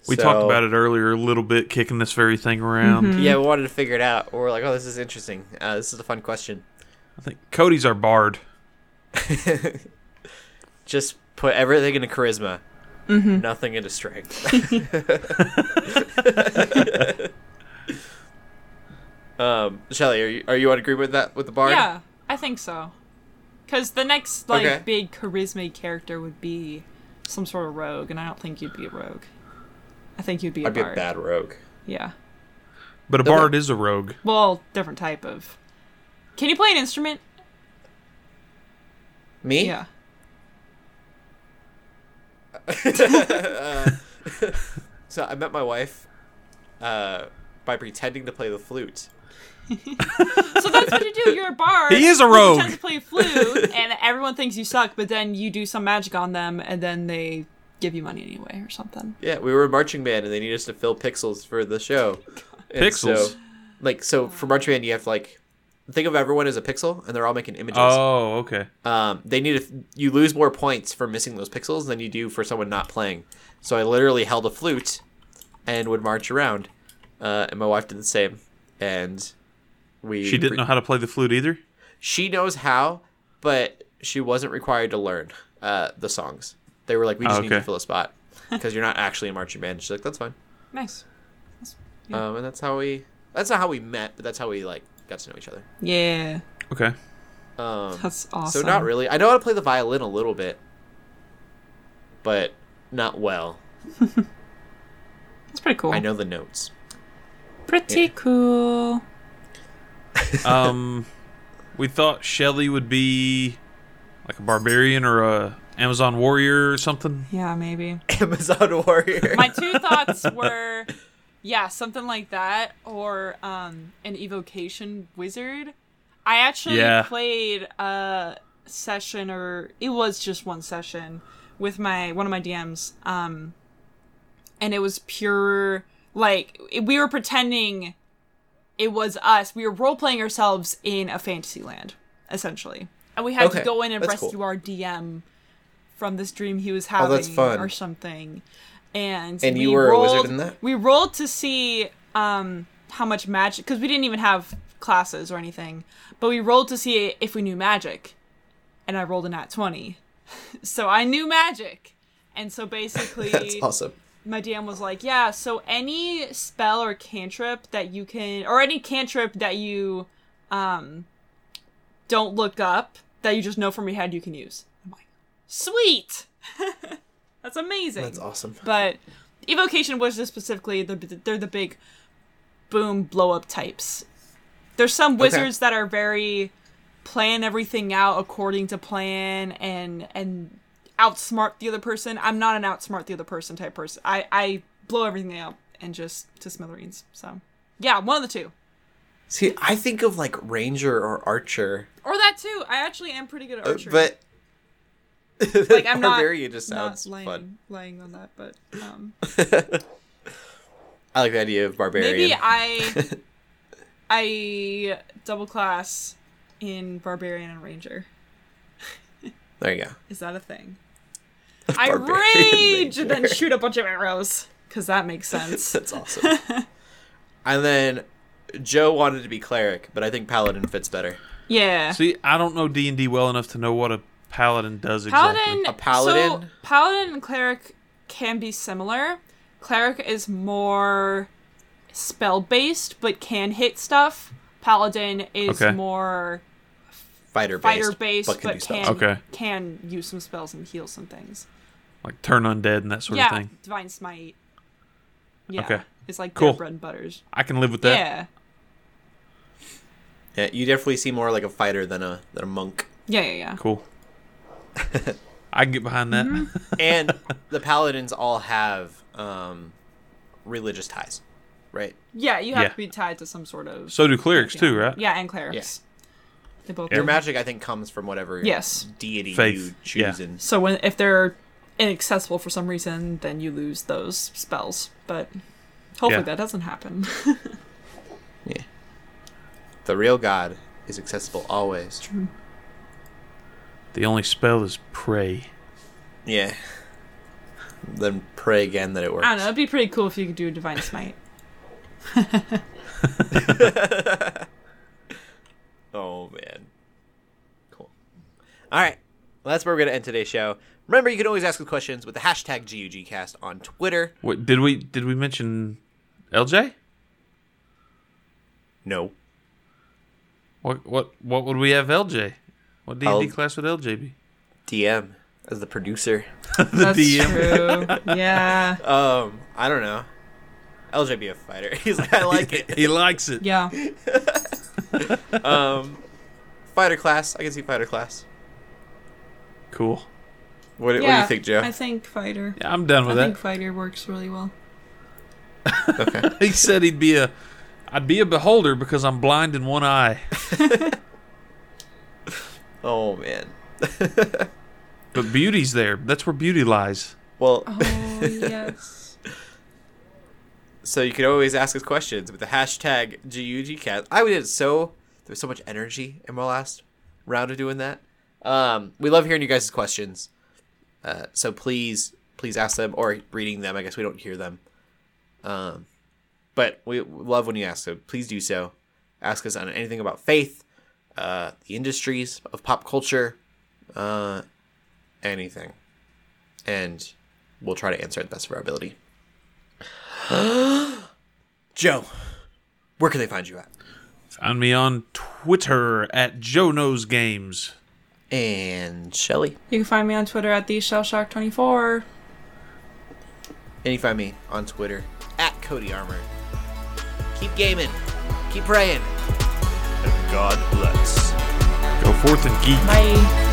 We talked about it earlier a little bit, kicking this very thing around. Yeah, we wanted to figure it out. We're like, oh, this is interesting. Uh, this is a fun question. I think Cody's our bard. just put everything into charisma, Mm-hmm. nothing into strength. um, Shelly, are you, are you on agreement with that with the bard? Yeah, I think so. Because the next like Okay. big charisma character would be some sort of rogue, and I don't think you'd be a rogue. I think you'd be a I'd be bard. a bad rogue. Yeah. But a No, but- bard is a rogue. Well, different type of. Can you play an instrument? Me? Yeah. So I met my wife uh, by pretending to play the flute. So that's what you do. You're a bard. He is a who rogue. pretends to play flute, and everyone thinks you suck, but then you do some magic on them, and then they give you money anyway or something. Yeah, we were a marching band, and they needed us to fill pixels for the show. And Pixels? So, like so, for marching band, you have to like think of everyone as a pixel, and they're all making images. Oh, okay. um, they need to, you lose more points for missing those pixels than you do for someone not playing. So I literally held a flute and would march around, uh, and my wife did the same, and we She didn't know how to play the flute either. she knows how, but she wasn't required to learn uh, the songs. They were like, we just need you to Okay. fill a spot because you're not actually a marching band. She's like, that's fine, Nice. That's- um, and that's how we that's not how we met, but that's how we like got to know each other. Yeah. Okay. Um, That's awesome. So not really. I know how to play the violin a little bit, but not well. That's pretty cool. I know the notes. Pretty cool. Um, we thought Shelly would be like a barbarian or a Amazon Warrior or something. Yeah, maybe. Amazon Warrior. My two thoughts were, yeah, something like that, or um, an evocation wizard. I actually Yeah. played a session, or it was just one session, with my one of my DMs, um, and it was pure like it- we were pretending it was us. We were role playing ourselves in a fantasy land, essentially, and we had Okay, to go in and that's cool. Oh, rescue our DM from this dream he was having that's fun. or something. And And we you were a rolled, wizard in that? We rolled to see um, how much magic because we didn't even have classes or anything, but we rolled to see if we knew magic, and I rolled a nat twenty, so I knew magic. And so basically, That's awesome. my DM was like, "Yeah, so any spell or cantrip that you can, or any cantrip that you um don't look up that you just know from your head, you can use." I'm like, "Sweet, that's amazing." That's awesome. But evocation was just specifically the they're the big boom blow up types. There's some wizards that are very plan everything out according to plan and and outsmart the other person. I'm not an outsmart the other person type person. I I blow everything out and just to smithereens. So yeah, one of the two. See, I think of like ranger or archer, Or that too. I actually am pretty good at uh, archery. but like I'm not barbarian just sounds not laying, fun. laying on that, but um I like the idea of barbarian. Maybe I I double class in barbarian and ranger. there you go. Is that a thing? I Barbarian rage and then ranger. shoot a bunch of arrows because that makes sense. That's awesome. and then Joe wanted to be cleric, but I think paladin fits better. Yeah. See, I don't know D and D well enough to know what a paladin does exactly. Paladin. A paladin? So paladin and cleric can be similar. Cleric is more spell based, but can hit stuff. Paladin is Okay. more Fighter based. fighter based, but, do can spells. can, Okay. use some spells and heal some things. like turn undead and that sort yeah, of thing. divine smite. Yeah, Okay. it's like Cool. their bread and butters. I can live with that. yeah, Yeah, you definitely seem more like a fighter than a than a monk. yeah, yeah, yeah. Cool. I can get behind that. Mm-hmm. And the paladins all have um, religious ties, right? Yeah, you have Yeah. to be tied to some sort of. So do clerics too, right? Yeah, and clerics. They both. Your magic, I think, comes from whatever Yes. deity you Faith, choose. yeah. in. So when if they're inaccessible for some reason, then you lose those spells. But hopefully Yeah. that doesn't happen. yeah. The real God is accessible always. The only spell is pray. Yeah. Then pray again that it works. I don't know. It'd be pretty cool if you could do a divine smite. Oh man. Cool. All right. Well, that's where we're gonna end today's show. Remember, you can always ask us questions with the hashtag GUGcast on Twitter. Wait, did we did we mention LJ? No. What what what would we have LJ? What D and D I'll- class would LJ be? DM as the producer. That's DM. true. Yeah. Um, I don't know. LJ be a fighter. He's like, I like it. he likes it. Yeah. Um, fighter class. I can see fighter class. Cool. What, do- what do Yeah, you think, Joe? I think fighter. Yeah, I'm done I with think that. fighter works really well. He said he'd be a I'd be a beholder because I'm blind in one eye. oh man. But beauty's there. That's where beauty lies. Well, Oh yes. so you can always ask us questions with the hashtag GUGcast. I did so there was so much energy in my last round of doing that. Um, we love hearing you guys' questions. Uh, so please, please ask them or reading them. I guess we don't hear them. Um, but we love when you ask. So please do so. Ask us on anything about faith, uh, the industries of pop culture, uh, anything, and we'll try to answer it best of our ability. Joe, where can they find you at? Find me on Twitter at Joe Knows Games. And Shelly. You can find me on Twitter at the ShellShock24. And you find me on Twitter at Cody Armor. Keep gaming. Keep praying. And God bless. Go forth and geek. Bye.